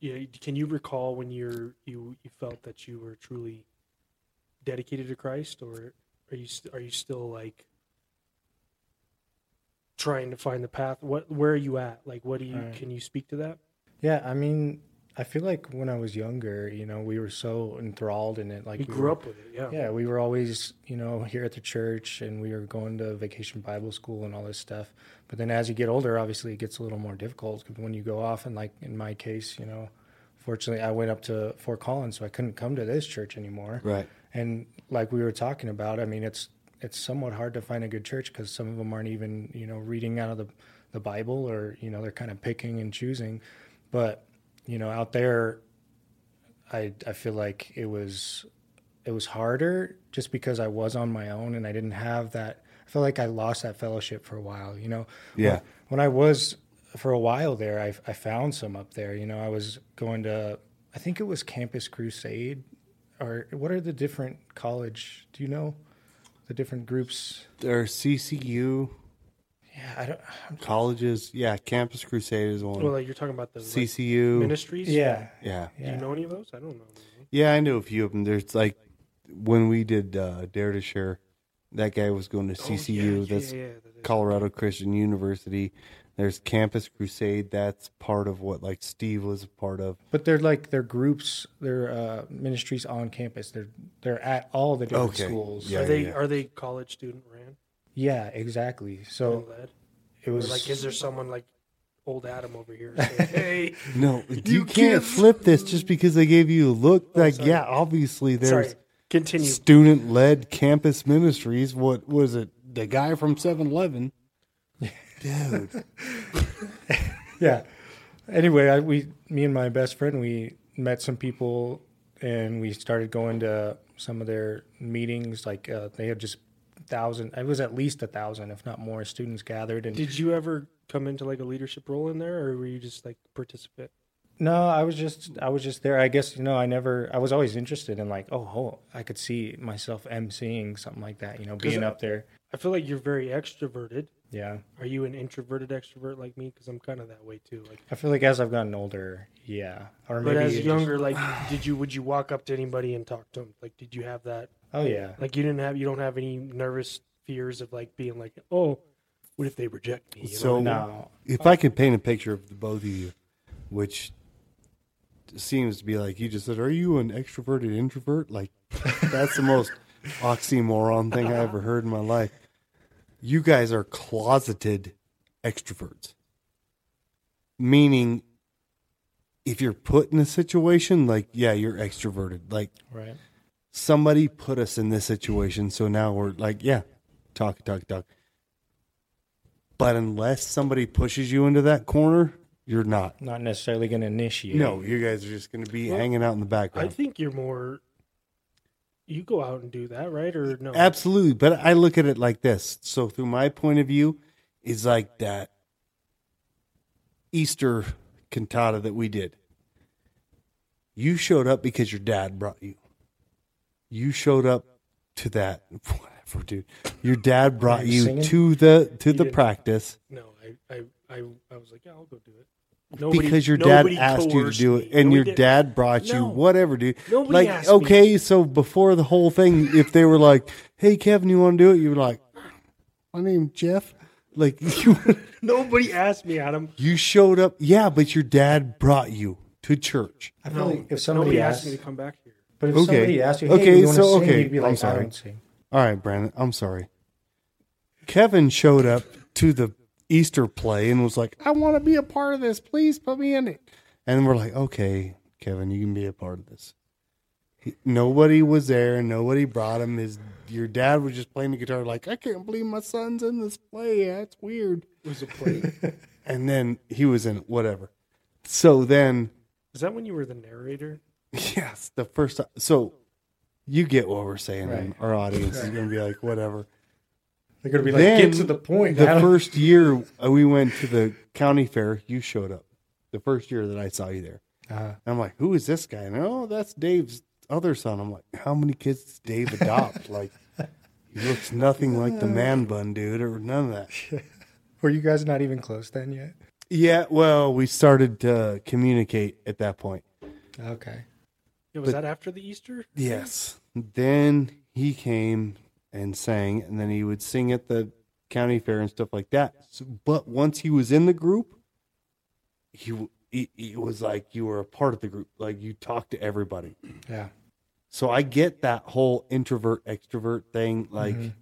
Speaker 2: You know, can you recall when you're you you felt that you were truly dedicated to Christ, or are you st- are you still like trying to find the path? What where are you at? Like, what do you
Speaker 3: Right.
Speaker 2: can you speak to that?
Speaker 3: Yeah, I mean, I feel like when I was younger, you know, we were so enthralled in it. Like
Speaker 2: you
Speaker 3: we
Speaker 2: grew
Speaker 3: were-
Speaker 2: up with it, yeah.
Speaker 3: Yeah, we were always, you know, here at the church and we were going to vacation Bible school and all this stuff. But then as you get older, obviously it gets a little more difficult 'cause when you go off and like in my case, you know, fortunately I went up to Fort Collins so I couldn't come to this church anymore.
Speaker 1: Right.
Speaker 3: And like we were talking about, I mean, it's it's somewhat hard to find a good church because some of them aren't even you know reading out of the the Bible or you know they're kind of picking and choosing. But you know, out there, I I feel like it was it was harder just because I was on my own and I didn't have that. I feel like I lost that fellowship for a while. You know,
Speaker 1: Yeah.
Speaker 3: when I was for a while there, I, I found some up there. You know, I was going to, I think it was Campus Crusade, or what are the different college? Do you know the different groups?
Speaker 1: There are CCU
Speaker 3: Yeah, I don't. I'm,
Speaker 1: colleges. Yeah, Campus Crusade is one.
Speaker 2: Well, like, you're talking about the like,
Speaker 1: CCU.
Speaker 2: ministries.
Speaker 3: yeah,
Speaker 1: yeah.
Speaker 2: Do
Speaker 3: yeah,
Speaker 2: you know any of those? I don't know.
Speaker 1: Yeah, I knew a few of them. There's like when we did uh, Dare to Share, that guy was going to
Speaker 2: Oh,
Speaker 1: CCU. that's
Speaker 2: that is-
Speaker 1: Colorado Christian University. There's Campus Crusade. That's part of what like Steve was a part of.
Speaker 3: but they're like they're groups, they're uh, ministries on campus. They're they're at all the different
Speaker 1: Okay.
Speaker 3: schools.
Speaker 1: Yeah,
Speaker 2: are they
Speaker 1: yeah.
Speaker 2: are they college student ran?
Speaker 3: yeah, exactly. So
Speaker 2: and led?
Speaker 3: it
Speaker 2: Or
Speaker 3: was
Speaker 2: like, is there someone like old Adam over here? Saying, hey,
Speaker 1: No, you, can't
Speaker 2: can't- Oh,
Speaker 1: flip this just because they gave you a look. like,
Speaker 2: sorry.
Speaker 1: yeah, obviously
Speaker 2: sorry.
Speaker 1: there's
Speaker 2: Continue.
Speaker 1: student-led campus ministries. What was it? The guy from 7-Eleven. Dude,
Speaker 3: yeah. Anyway, I, we, me and my best friend, we met some people, and we started going to some of their meetings. Like uh, they had just thousand. It was at least a thousand, if not more, students gathered. And
Speaker 2: Did you ever come into like a leadership role in there, or were you just like participant?
Speaker 3: no, I was just, I was just there. I guess you know, I never, I was always interested in like, oh, oh I could see myself emceeing something like that. You know, being
Speaker 2: I-
Speaker 3: up there.
Speaker 2: I feel like you're very extroverted.
Speaker 3: Yeah,
Speaker 2: Are you an introverted extrovert like me? Because I'm kind of that way too. Like,
Speaker 3: I feel like as I've gotten older, yeah, or maybe
Speaker 2: but as
Speaker 3: it just-
Speaker 2: younger, like, did you would you walk up to anybody and talk to them? Like, did you have that?
Speaker 3: oh yeah,
Speaker 2: Like, you didn't have you don't have any nervous fears of like being like, oh, what if they reject me? You know?
Speaker 1: So-
Speaker 3: no,
Speaker 1: if I could paint a picture of the both of you, which seems to be like you just said, are you an extroverted introvert? Like that's the most oxymoron thing I ever heard in my life. You guys are closeted extroverts. Meaning if you're put in a situation like yeah, you're extroverted. Like
Speaker 3: right.
Speaker 1: somebody put us in this situation, so now we're like, yeah, talk, talk, talk. But unless somebody pushes you into that corner, you're not.
Speaker 3: Not necessarily going to initiate.
Speaker 1: No, you guys are just going to be
Speaker 2: Well,
Speaker 1: hanging out in the
Speaker 2: I
Speaker 1: background.
Speaker 2: think you're more. You go out and do that, right? Or no?
Speaker 1: Absolutely, but I look at it like this. So through my point of view, is like that Easter cantata that we did. You showed up because your dad brought you. You showed up to that <laughs> whatever, dude. Your dad brought
Speaker 3: you
Speaker 1: you
Speaker 3: singing?
Speaker 1: to the to the
Speaker 2: didn't.
Speaker 1: practice
Speaker 2: No, I, I, I, I was like, yeah, I'll go do it. Nobody,
Speaker 1: because your dad
Speaker 2: nobody
Speaker 1: asked you to
Speaker 2: coerced
Speaker 1: do
Speaker 2: me.
Speaker 1: it, and
Speaker 2: Nobody
Speaker 1: your
Speaker 2: did.
Speaker 1: dad brought you
Speaker 2: No.
Speaker 1: whatever, dude.
Speaker 2: Nobody
Speaker 1: like,
Speaker 2: asked me.
Speaker 1: okay, so before the whole thing, if they were like, "Hey, Kevin, you want to do it?" You were like, "My name's Jeff." Like <laughs> you,
Speaker 2: Nobody asked me, Adam.
Speaker 1: you showed up. Yeah, but your dad brought you to church.
Speaker 3: I feel
Speaker 2: No,
Speaker 3: like if somebody
Speaker 2: nobody
Speaker 3: asked,
Speaker 2: asked me to come back here.
Speaker 3: but if
Speaker 1: Okay.
Speaker 3: somebody asked you, hey,
Speaker 1: Okay,
Speaker 3: you want to
Speaker 1: so,
Speaker 3: sing,
Speaker 1: okay,
Speaker 3: you'd be
Speaker 1: I'm
Speaker 3: like,
Speaker 1: sorry.
Speaker 3: I don't sing.
Speaker 1: All right, Brandon, I'm sorry. Kevin showed up to the Easter play and was like, "I want to be a part of this. Please put me in it." And we're like, "Okay, Kevin, you can be a part of this." He, nobody was there. Nobody brought him. His your dad was just playing the guitar. Like, I can't believe my son's in this play. That's weird.
Speaker 2: It was a play.
Speaker 1: And then he was in it, whatever. So then, <laughs>
Speaker 2: Is that when you were the narrator?
Speaker 1: yes, the first time. So you get what we're saying. and
Speaker 3: Right.
Speaker 1: Our audience is going to be like, whatever.
Speaker 3: They're gonna be like,
Speaker 1: Then
Speaker 3: get to the point.
Speaker 1: The
Speaker 3: Adam."
Speaker 1: first year uh, we went to the county fair, you showed up. The first year that I saw you there,
Speaker 3: Uh,
Speaker 1: and I'm like, "Who is this guy?" And oh, that's Dave's other son. I'm like, "How many kids does Dave <laughs> adopt?" like, he looks nothing like the man bun dude, or none of that.
Speaker 3: <laughs> were you guys not even close then yet?
Speaker 1: Yeah, well, we started to communicate at that point.
Speaker 3: Okay.
Speaker 2: Yeah, was that after the Easter?
Speaker 1: Yes. Then he came and sang, and then he would sing at the county fair and stuff like that. So, but once he was in the group, he, w- he it was like you were a part of the group, like you talked to everybody.
Speaker 3: Yeah.
Speaker 1: So I get that whole introvert extrovert thing. Like
Speaker 3: Mhm.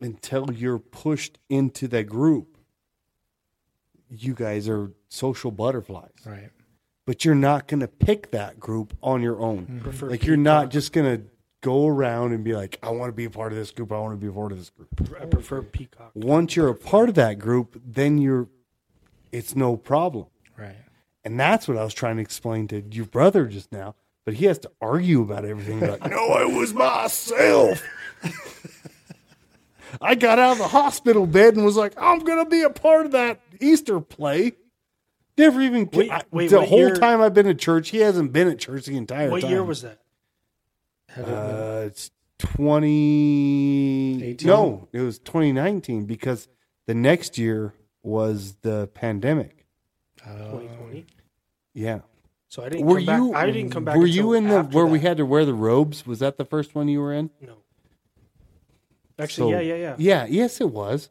Speaker 1: until you're pushed into that group, you guys are social butterflies.
Speaker 3: Right.
Speaker 1: But you're not going to pick that group on your own
Speaker 2: Prefer
Speaker 1: like you're not just gonna go around and be like, I want to be a part of this group. I want to be a part of this group.
Speaker 2: I prefer Peacock.
Speaker 1: Once you're a part of that group, then you're, it's no problem.
Speaker 3: Right.
Speaker 1: And that's what I was trying to explain to your brother just now. But he has to argue about everything. Be Like, no, it was myself. <laughs> I got out of the hospital bed and was like, I'm gonna be a part of that Easter play. Never even
Speaker 2: Wait-
Speaker 1: I-
Speaker 2: wait,
Speaker 1: the
Speaker 2: what
Speaker 1: whole
Speaker 2: year-
Speaker 1: time I've been at church. He hasn't been at church the entire
Speaker 2: What
Speaker 1: time.
Speaker 2: year was that?
Speaker 3: Had it been-
Speaker 1: Uh, it's 20
Speaker 3: 18?
Speaker 1: no it was 2019 because the next year was the pandemic
Speaker 3: Oh,
Speaker 2: 2020.
Speaker 1: yeah
Speaker 2: So I didn't.
Speaker 1: were
Speaker 2: come back-
Speaker 1: you
Speaker 2: I didn't come back.
Speaker 1: were you
Speaker 2: until
Speaker 1: in the
Speaker 2: after
Speaker 1: where
Speaker 2: that.
Speaker 1: we had to wear the robes was that the first one you were in
Speaker 2: No. Actually,
Speaker 1: So-
Speaker 2: yeah, yeah, yeah.
Speaker 1: yeah yes it was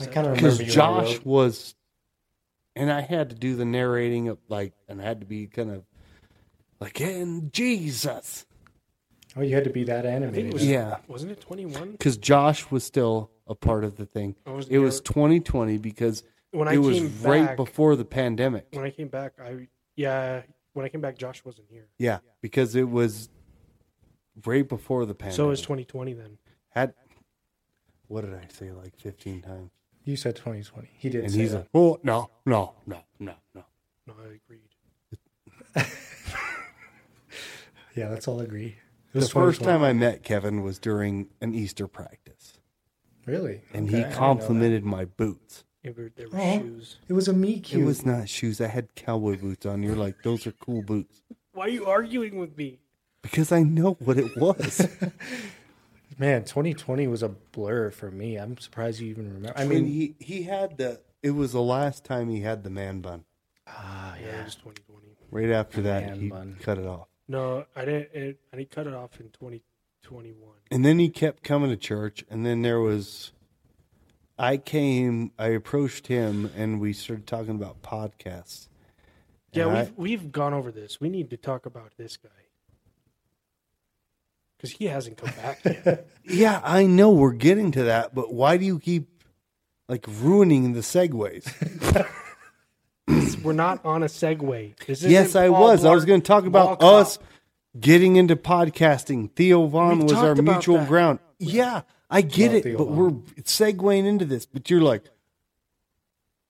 Speaker 3: I kind of
Speaker 1: because
Speaker 3: remember you.
Speaker 1: josh was and i had to do the narrating of like and i had to be kind of like in jesus
Speaker 3: Oh, you had to be that
Speaker 2: think it
Speaker 3: animated.
Speaker 2: was-
Speaker 1: yeah
Speaker 2: Wasn't it 21?
Speaker 1: because josh was still a part of the thing
Speaker 2: I was
Speaker 1: it was
Speaker 2: there.
Speaker 1: 2020 because
Speaker 2: When I
Speaker 1: it was
Speaker 2: came
Speaker 1: right
Speaker 2: back-
Speaker 1: before the pandemic.
Speaker 2: When I came back, I yeah. When I came back, Josh wasn't here.
Speaker 1: Yeah, because it was right before the pandemic.
Speaker 2: So it was 2020 then.
Speaker 1: Had, what did I say like 15 times?
Speaker 3: You said 2020. He did.
Speaker 1: And
Speaker 3: not
Speaker 1: he's like, oh, no, no, no, no, no.
Speaker 2: No, I agreed.
Speaker 3: yeah, let's all agree. It
Speaker 1: The
Speaker 3: was
Speaker 1: first
Speaker 3: 2020.
Speaker 1: time I met Kevin was during an Easter practice,
Speaker 3: Really?
Speaker 1: and
Speaker 3: Okay, I
Speaker 1: he
Speaker 3: didn't know
Speaker 1: complimented my boots.
Speaker 2: They were, they were
Speaker 3: Oh.
Speaker 2: shoes.
Speaker 3: that. It was a me cute.
Speaker 1: It was not shoes. I had cowboy boots on. You're like, those are cool boots.
Speaker 2: Why are you arguing with me?
Speaker 1: Because I know what it was.
Speaker 3: Man, 2020 was a blur for me. I'm surprised you even remember. <laughs> I
Speaker 1: I
Speaker 3: mean,
Speaker 1: mean, he, he had the, it was the last time he had the man bun.
Speaker 3: ah,
Speaker 2: Yeah, it
Speaker 3: yeah.
Speaker 2: was 2020.
Speaker 1: Right after that,
Speaker 3: Man
Speaker 1: he
Speaker 3: bun.
Speaker 1: cut it off.
Speaker 2: No, I didn't. It, I didn't cut it off in 2021.
Speaker 1: and then he kept coming to church and then there was i came i approached him and we started talking about podcasts
Speaker 2: Yeah,
Speaker 1: And I-
Speaker 2: we've we've gone over this. We need to talk about this guy because he hasn't come back yet.
Speaker 1: <laughs> yeah i know we're getting to that but why do you keep like ruining the segues
Speaker 2: We're not on a segue. <laughs> This
Speaker 1: yes
Speaker 2: isn't
Speaker 1: i
Speaker 2: Paul
Speaker 1: was i was
Speaker 2: Blart
Speaker 1: going to talk
Speaker 2: Mall
Speaker 1: about
Speaker 2: Cop.
Speaker 1: us getting into podcasting theo vaughn
Speaker 2: We
Speaker 1: was our
Speaker 2: talked about
Speaker 1: mutual
Speaker 2: that.
Speaker 1: ground yeah i get
Speaker 3: Love
Speaker 1: it
Speaker 3: Theo
Speaker 1: but
Speaker 3: Vaughn.
Speaker 1: we're segueing into this but you're like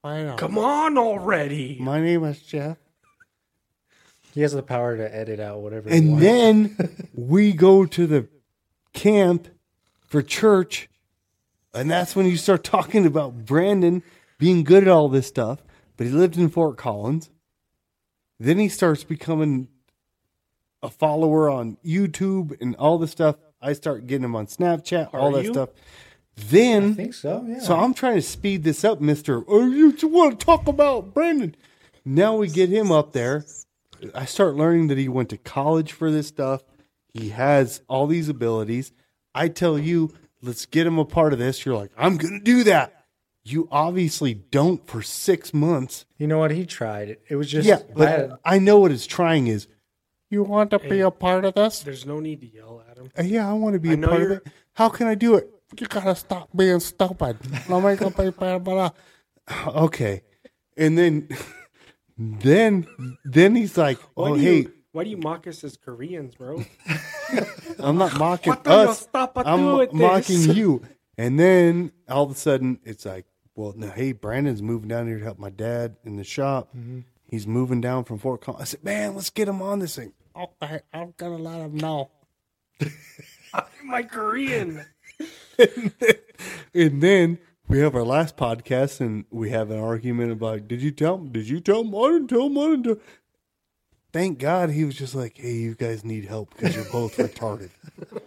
Speaker 1: why not?
Speaker 2: Come on already.
Speaker 1: my name is jeff
Speaker 3: He has the power to edit out whatever. he
Speaker 1: And
Speaker 3: wants. <laughs>
Speaker 1: then we go to the camp for church, and that's when you start talking about Brandon being good at all this stuff. But he lived in Fort Collins. Then he starts becoming a follower on YouTube and all this stuff. I start getting him on Snapchat, all
Speaker 2: Are
Speaker 1: that
Speaker 2: you?
Speaker 1: stuff.
Speaker 3: I
Speaker 1: Then
Speaker 3: think so. Yeah.
Speaker 1: so I'm trying to speed this up, Mister. Oh, you want to talk about Brandon? Now we get him up there. I start learning that he went to college for this stuff. He has all these abilities. I tell you, let's get him a part of this. You're like, I'm gonna do that. You obviously don't for six months.
Speaker 3: you know what? He tried it. It was just.
Speaker 1: yeah,
Speaker 3: I had-
Speaker 1: but I know what his trying is. You want to be a part of this?
Speaker 2: There's no need to yell at him.
Speaker 1: Uh, Yeah, I want to be
Speaker 2: I
Speaker 1: a
Speaker 2: know
Speaker 1: part of
Speaker 2: you're-
Speaker 1: it. How can I do it? You gotta stop being stupid. No, make up a plan, blah, blah. Okay, and then, <laughs> then, then he's like,
Speaker 2: Why
Speaker 1: "Oh,
Speaker 2: do
Speaker 1: hey,
Speaker 2: you, why do you mock us as Koreans,
Speaker 1: <laughs>
Speaker 2: bro?
Speaker 1: I'm not mocking
Speaker 2: What do you
Speaker 1: us.
Speaker 2: stop at
Speaker 1: I'm
Speaker 2: doing
Speaker 1: mocking
Speaker 2: this?"
Speaker 1: you." And then all of a sudden, it's like, "Well, no, hey, Brandon's moving down here to help my dad in the shop.
Speaker 2: Mm-hmm.
Speaker 1: He's moving down from Fort Collins." I said, "Man, let's get him on this thing." Okay, I'm gonna let him know.
Speaker 2: My Korean.
Speaker 1: and then we have our last podcast, and we have an argument about did you tell him? Did you tell him? I didn't tell him. I didn't tell. Thank God he was just like, hey, you guys need help because you're both retarded. <laughs>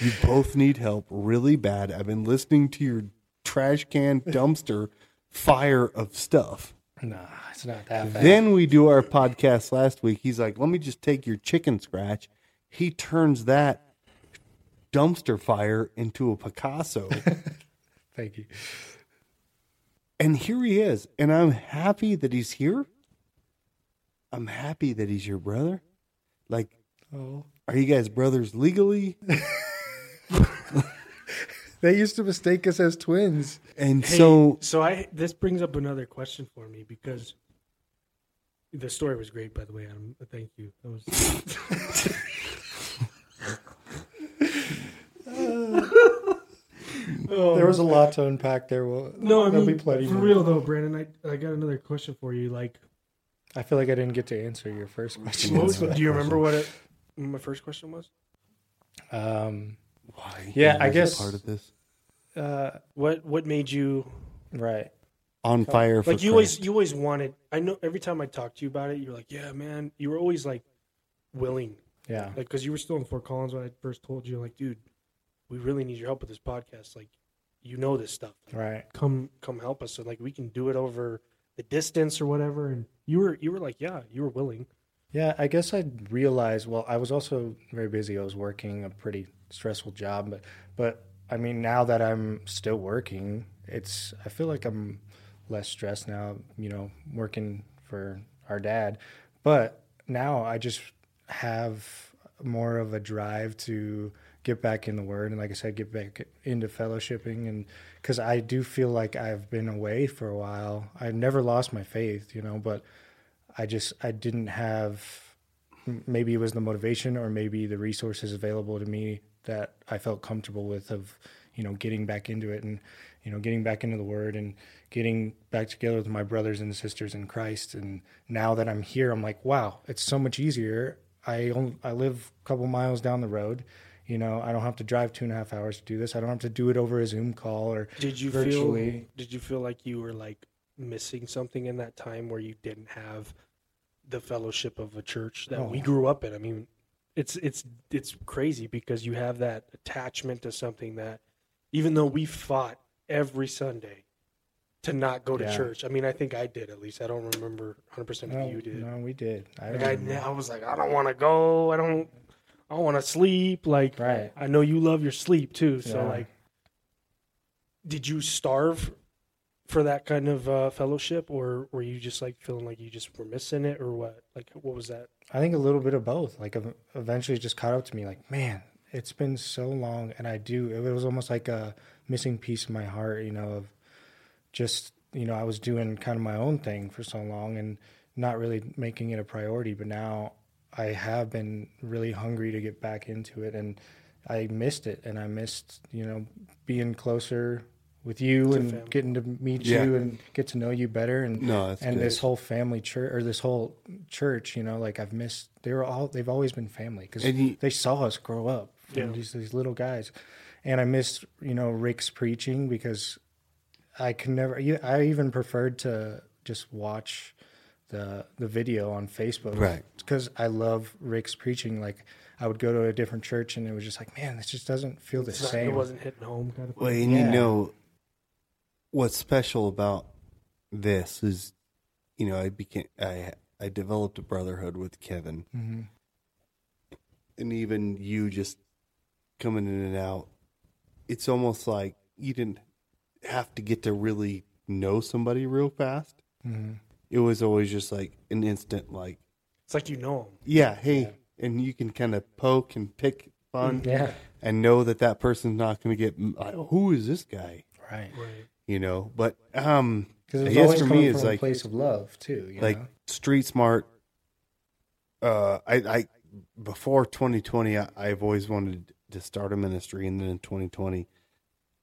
Speaker 1: You both need help really bad. I've been listening to your trash can dumpster fire of stuff.
Speaker 3: Nah, it's not that bad.
Speaker 1: Then we do our podcast last week. He's like, let me just take your chicken scratch. He turns that dumpster fire into a Picasso.
Speaker 3: Thank you.
Speaker 1: and here he is. And I'm happy that he's here. I'm happy that he's your brother. Like,
Speaker 3: Oh,
Speaker 1: are you guys brothers legally?
Speaker 3: <laughs> they used to mistake us as twins.
Speaker 1: And
Speaker 2: Hey,
Speaker 1: so,
Speaker 2: so I this brings up another question for me because the story was great, by the way, Adam. Thank you. That was
Speaker 3: <laughs>
Speaker 2: Oh,
Speaker 3: There was a lot to unpack there. Well,
Speaker 2: no, I
Speaker 3: there'll
Speaker 2: mean,
Speaker 3: be plenty
Speaker 2: for
Speaker 3: more.
Speaker 2: real though, Brandon. I, I got another question for you. Like,
Speaker 3: I feel like I didn't get to answer your first question.
Speaker 2: what was- do you remember what it, my first question was?
Speaker 3: Um,
Speaker 1: why?
Speaker 3: Yeah,
Speaker 1: was
Speaker 3: I
Speaker 1: it
Speaker 3: guess-
Speaker 1: part of this
Speaker 3: uh,
Speaker 2: What What made you
Speaker 3: right.
Speaker 1: on fire. For
Speaker 2: like you always you always wanted? I know every time I talked to you about it, you were like, "Yeah, man." You were always like willing
Speaker 3: Yeah.
Speaker 2: like because you were still in Fort Collins when I first told you, like, dude, we really need your help with this podcast. Like, you know this stuff.
Speaker 3: Right.
Speaker 2: Come, come help us, and like we can do it over the distance or whatever. And you were, you were like, yeah, you were willing.
Speaker 3: Yeah, I guess I realized. Well, I was also very busy. I was working a pretty stressful job, but but I mean, now that I'm still working, it's I feel like I'm less stressed now. You know, working for our dad, but now I just have more of a drive to get back in the word and like i said get back into fellowshipping and because i do feel like i've been away for a while i've never lost my faith you know but I just I didn't have m- maybe it was the motivation or maybe the resources available to me that I felt comfortable with of you know getting back into it and you know getting back into the word and getting back together with my brothers and sisters in Christ and now that I'm here I'm like wow it's so much easier I only, I live a couple miles down the road you know I don't have to drive two and a half hours to do this I don't have to do it over a Zoom call or
Speaker 2: Did you feel?
Speaker 3: Virtually.
Speaker 2: Did you feel like you were like missing something in that time where you didn't have the fellowship of a church that we
Speaker 3: Oh.
Speaker 2: grew up in? I mean, it's it's it's crazy because you have that attachment to something that, even though we fought every Sunday to not go to
Speaker 3: Yeah.
Speaker 2: church. I mean, I think I did at least. I don't remember 100 percent if
Speaker 3: no,
Speaker 2: you did.
Speaker 3: no we did I
Speaker 2: Like I,
Speaker 3: remember.
Speaker 2: I was like, I don't want to go. I don't. I want to sleep. Like
Speaker 3: right
Speaker 2: I know you love your sleep too. So
Speaker 3: Yeah.
Speaker 2: like, did you starve for that kind of uh, fellowship, or were you just like feeling like you just were missing it, or what? Like, what was that?
Speaker 3: I think a little bit of both. Like ev- eventually, it just caught up to me. Like, man, it's been so long, and I do. It was almost like a missing piece of my heart, you know. Of just, you know, I was doing kind of my own thing for so long and not really making it a priority. But now I have been really hungry to get back into it, and I missed it, and I missed, you know, being closer with you
Speaker 2: To
Speaker 3: and
Speaker 2: family.
Speaker 3: getting to meet
Speaker 1: Yeah.
Speaker 3: you and get to know you better and
Speaker 1: No, that's
Speaker 3: and
Speaker 1: good.
Speaker 3: this whole family church or this whole church, you know, like I've missed. They were all they've always been family because
Speaker 1: And you-
Speaker 3: they saw us grow up from
Speaker 2: Yeah.
Speaker 3: these these little guys, and I missed you know Rick's preaching because I could never. e, I even preferred to just watch the the video on Facebook,
Speaker 1: Right.
Speaker 3: Because I love Rick's preaching. Like I would go to a different church and it was just like, man, this just doesn't feel the
Speaker 2: It's not-
Speaker 3: same.
Speaker 2: it wasn't hitting home. Kind of
Speaker 1: Well,
Speaker 2: thing.
Speaker 1: and you
Speaker 3: Yeah.
Speaker 1: know what's special about this is, you know, I became I I developed a brotherhood with Kevin,
Speaker 3: hmm
Speaker 1: and even you just coming in and out. It's almost like you didn't have to get to really know somebody real fast.
Speaker 3: hmm
Speaker 1: It was always just like an instant, like,
Speaker 2: It's like you know him.
Speaker 1: yeah, hey, and you can kind of poke and pick fun
Speaker 3: Yeah,
Speaker 1: and know that that person's not going to get like, who is this guy,
Speaker 3: right.
Speaker 2: Right.
Speaker 1: you know? But um,
Speaker 3: Because
Speaker 1: I
Speaker 3: it was
Speaker 1: guess
Speaker 3: always
Speaker 1: for me
Speaker 3: coming
Speaker 1: it's
Speaker 3: from
Speaker 1: like-
Speaker 3: a place of love too. You
Speaker 1: like
Speaker 3: know?
Speaker 1: street smart. Uh, I, I before 2020, I, I've always wanted to start a ministry, and then in 2020,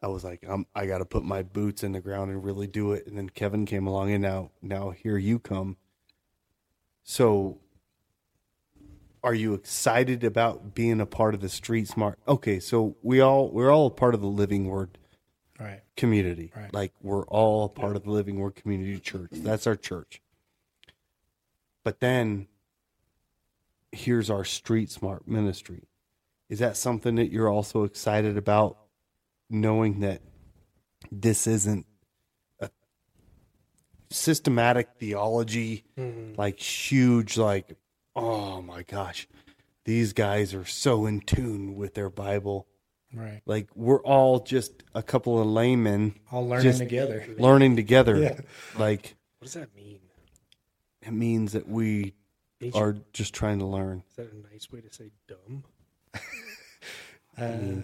Speaker 1: I was like, I'm, I got to put my boots in the ground and really do it. And then Kevin came along, and now now here you come. So are you excited about being a part of the street smart okay so we all we're all a part of the living word
Speaker 3: Right.
Speaker 1: community
Speaker 3: Right.
Speaker 1: like we're all a part of the living word community church that's our church but then here's our street smart ministry is that something that you're also excited about knowing that this isn't a systematic theology like huge like oh my gosh these guys are so in tune with their bible
Speaker 3: Right.
Speaker 1: like we're all just a couple of laymen
Speaker 3: All learning
Speaker 1: Just-
Speaker 3: together.
Speaker 1: learning together
Speaker 3: Yeah.
Speaker 1: like
Speaker 2: What does that mean?
Speaker 1: it means that we
Speaker 2: Means you-
Speaker 1: are just trying to learn
Speaker 2: Is that a nice way to say dumb?
Speaker 1: Mm.
Speaker 3: Uh,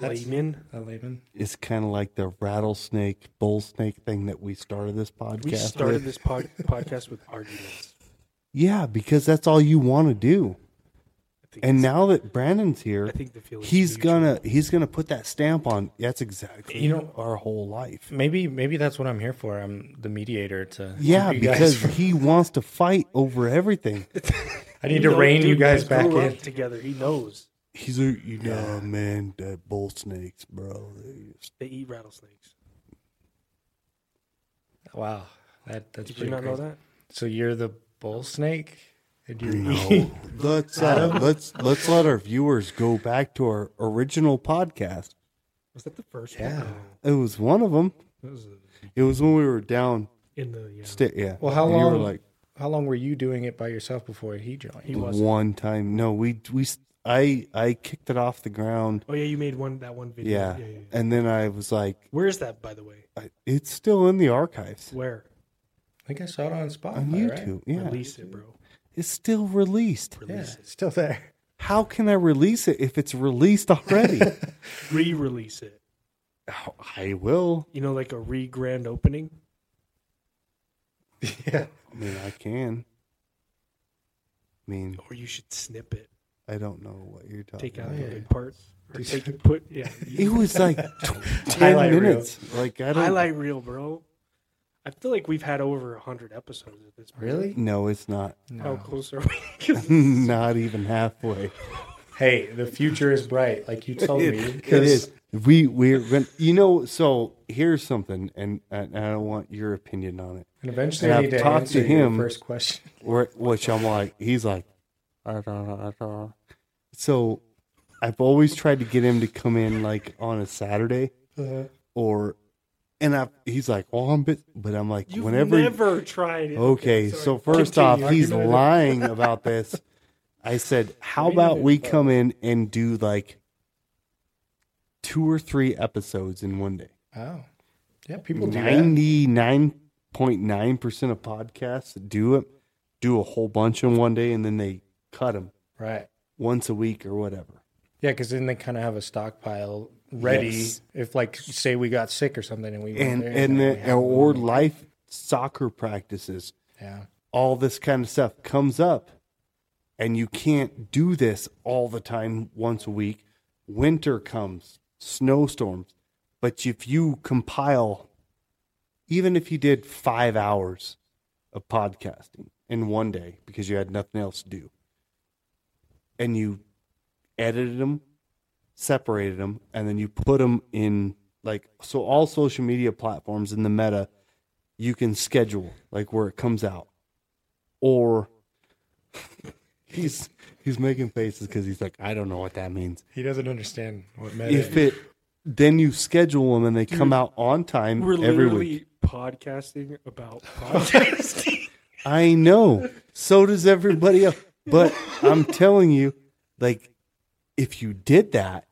Speaker 3: That's-
Speaker 2: Layman.
Speaker 3: uh, Laban.
Speaker 1: it's kind of like the rattlesnake bull snake thing that we started this podcast
Speaker 2: We
Speaker 1: with.
Speaker 2: started this pod- <laughs> podcast with arguments.
Speaker 1: yeah because that's all you want to do
Speaker 2: I think
Speaker 1: and
Speaker 2: it's-
Speaker 1: now that brandon's here
Speaker 2: I think the feeling.
Speaker 1: he's gonna he's gonna put that stamp on that's exactly
Speaker 3: You know-
Speaker 1: our whole
Speaker 3: <laughs>
Speaker 1: life
Speaker 3: Maybe maybe that's what I'm here for. I'm the mediator to keep
Speaker 1: yeah
Speaker 3: you
Speaker 1: because
Speaker 3: guys,
Speaker 1: he wants to fight over everything
Speaker 3: <laughs> I need to rein you guys back in.
Speaker 2: together. He knows
Speaker 1: he's a you know man that bull snakes bro they just-
Speaker 2: they eat rattlesnakes.
Speaker 3: Wow. That that's
Speaker 2: Did you
Speaker 3: pretty
Speaker 2: not know
Speaker 3: crazy.
Speaker 2: that?
Speaker 3: So you're the bull snake? And you're
Speaker 1: No. let's uh, let's let's let our viewers go back to our original podcast.
Speaker 2: Was that the first
Speaker 3: Yeah.
Speaker 2: one?
Speaker 1: It was one of them.
Speaker 2: No, that was uh,
Speaker 1: It was when we were down.
Speaker 2: in the yeah.
Speaker 1: Sti- yeah.
Speaker 3: Well, how
Speaker 1: And You were
Speaker 3: long-
Speaker 1: like
Speaker 3: <laughs> How long were you doing it by yourself before he joined?
Speaker 2: He wasn't.
Speaker 1: one time. No, we we I I kicked it off the ground.
Speaker 2: Oh yeah, you made one that one video.
Speaker 1: Yeah.
Speaker 2: yeah, yeah. yeah.
Speaker 1: And then I was like,
Speaker 2: Where is that, by the way?
Speaker 1: I- it's still in the archives
Speaker 2: Where?
Speaker 3: I think I saw it on Spotify.
Speaker 1: on YouTube. Yeah.
Speaker 2: Release it, bro.
Speaker 1: It's still released.
Speaker 3: Right? Yeah,
Speaker 2: Release
Speaker 3: it's still there. <laughs>
Speaker 1: How can I release it if it's released
Speaker 2: <laughs>
Speaker 1: already?
Speaker 2: it. Re-release it.
Speaker 1: Oh, I will.
Speaker 2: You know, like a re-grand opening.
Speaker 3: yeah.
Speaker 1: I mean, I can. I mean,
Speaker 2: Or you should snip it.
Speaker 1: I don't know what you're talking
Speaker 2: Take
Speaker 1: about.
Speaker 2: out
Speaker 3: yeah.
Speaker 2: the big parts. Or
Speaker 3: Do
Speaker 2: take
Speaker 3: some-
Speaker 2: put yeah.
Speaker 1: <laughs> It was like tw- <laughs> ten
Speaker 3: Highlight reel.
Speaker 1: minutes. Like I don't.
Speaker 2: Highlight reel, bro. I feel like we've had over hundred episodes at this point.
Speaker 3: Really?
Speaker 1: No, it's not. <laughs>
Speaker 2: How
Speaker 3: No.
Speaker 2: close are we? <laughs> 'Cause
Speaker 1: not even halfway.
Speaker 3: Hey, the future is bright, like you told
Speaker 1: It-
Speaker 3: me.
Speaker 1: it
Speaker 3: 'cause-
Speaker 1: is. We we're gonna, you know. So here's something, and, and I don't want your opinion on it.
Speaker 3: And eventually,
Speaker 1: And
Speaker 3: I
Speaker 1: I've
Speaker 3: need to
Speaker 1: talked
Speaker 3: answer
Speaker 1: to
Speaker 3: your
Speaker 1: him.
Speaker 3: first question.
Speaker 1: Or which I'm like, he's like, I don't know, I don't know. So I've always tried to get him to come in like on a Saturday or, and I he's like, oh, I'm bit, but I'm like,
Speaker 2: You've
Speaker 1: whenever
Speaker 2: never tried it.
Speaker 1: Okay, so first
Speaker 3: Continue.
Speaker 1: off, he's
Speaker 3: Argument.
Speaker 1: lying about this. I said, how
Speaker 3: Argument
Speaker 1: about we
Speaker 3: is fun.
Speaker 1: come in and do like two or three episodes in one day?
Speaker 3: Oh, yeah, people do that.
Speaker 1: Ninety-nine point nine percent of podcasts do it, do a whole bunch in one day, and then they cut them
Speaker 3: right?
Speaker 1: once a week or whatever.
Speaker 3: Yeah, because then they kind of have a stockpile ready.
Speaker 1: Yes.
Speaker 3: If, like, say we got sick or something, and we went
Speaker 1: And
Speaker 3: there
Speaker 1: and
Speaker 3: now we
Speaker 1: then
Speaker 3: have
Speaker 1: or
Speaker 3: one.
Speaker 1: life soccer practices,
Speaker 3: yeah,
Speaker 1: all this kind of stuff comes up and you can't do this all the time once a week winter comes snowstorms but if you compile even if you did 5 hours of podcasting in one day because you had nothing else to do and you edited them separated them and then you put them in like so all social media platforms in the meta you can schedule like where it comes out or <laughs> he's he's making faces because he's like, I don't know what that means.
Speaker 3: he doesn't understand what meta.
Speaker 1: If it then you schedule them and they come out on time
Speaker 2: We're
Speaker 1: every
Speaker 2: literally
Speaker 1: week.
Speaker 2: podcasting
Speaker 1: <laughs>
Speaker 2: about podcasting.
Speaker 1: I know. So does everybody else.
Speaker 2: <laughs>
Speaker 1: But I'm telling you, like, if you did that,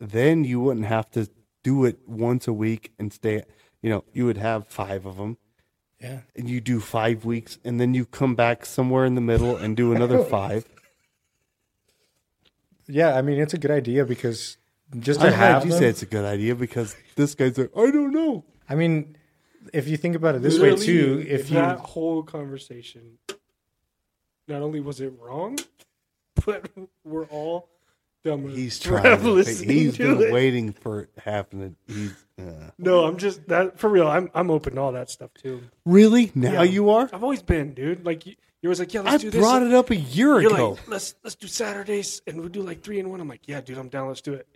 Speaker 1: then you wouldn't have to do it once a week and stay. You know, you would have five of them.
Speaker 3: yeah,
Speaker 1: and you do five weeks, and then you come back somewhere in the middle and do another
Speaker 2: <laughs>
Speaker 1: five.
Speaker 3: yeah, I mean, it's a good idea because just to
Speaker 1: I'm glad
Speaker 3: have
Speaker 1: you
Speaker 3: them,
Speaker 1: say it's a good idea because this guy's like, I don't know.
Speaker 3: I mean, if you think about it this way
Speaker 2: Literally,
Speaker 3: too, if you
Speaker 2: that whole <laughs> conversation, not only was it wrong, but we're all dumb.
Speaker 1: He's
Speaker 2: for
Speaker 1: trying. To think.
Speaker 2: listening
Speaker 1: He's
Speaker 2: to
Speaker 1: been
Speaker 2: it.
Speaker 1: waiting for it happening. He's uh,
Speaker 2: No, I'm just that for real. I'm I'm open to all that stuff too.
Speaker 1: really now you are.
Speaker 2: I've always been, dude. Like you, you was like, yeah,
Speaker 1: I
Speaker 2: let's do this.
Speaker 1: brought it up a year
Speaker 2: You're
Speaker 1: ago.
Speaker 2: like, let's let's do Saturdays and we do like three and one. I'm like, yeah, dude, I'm down. Let's do it.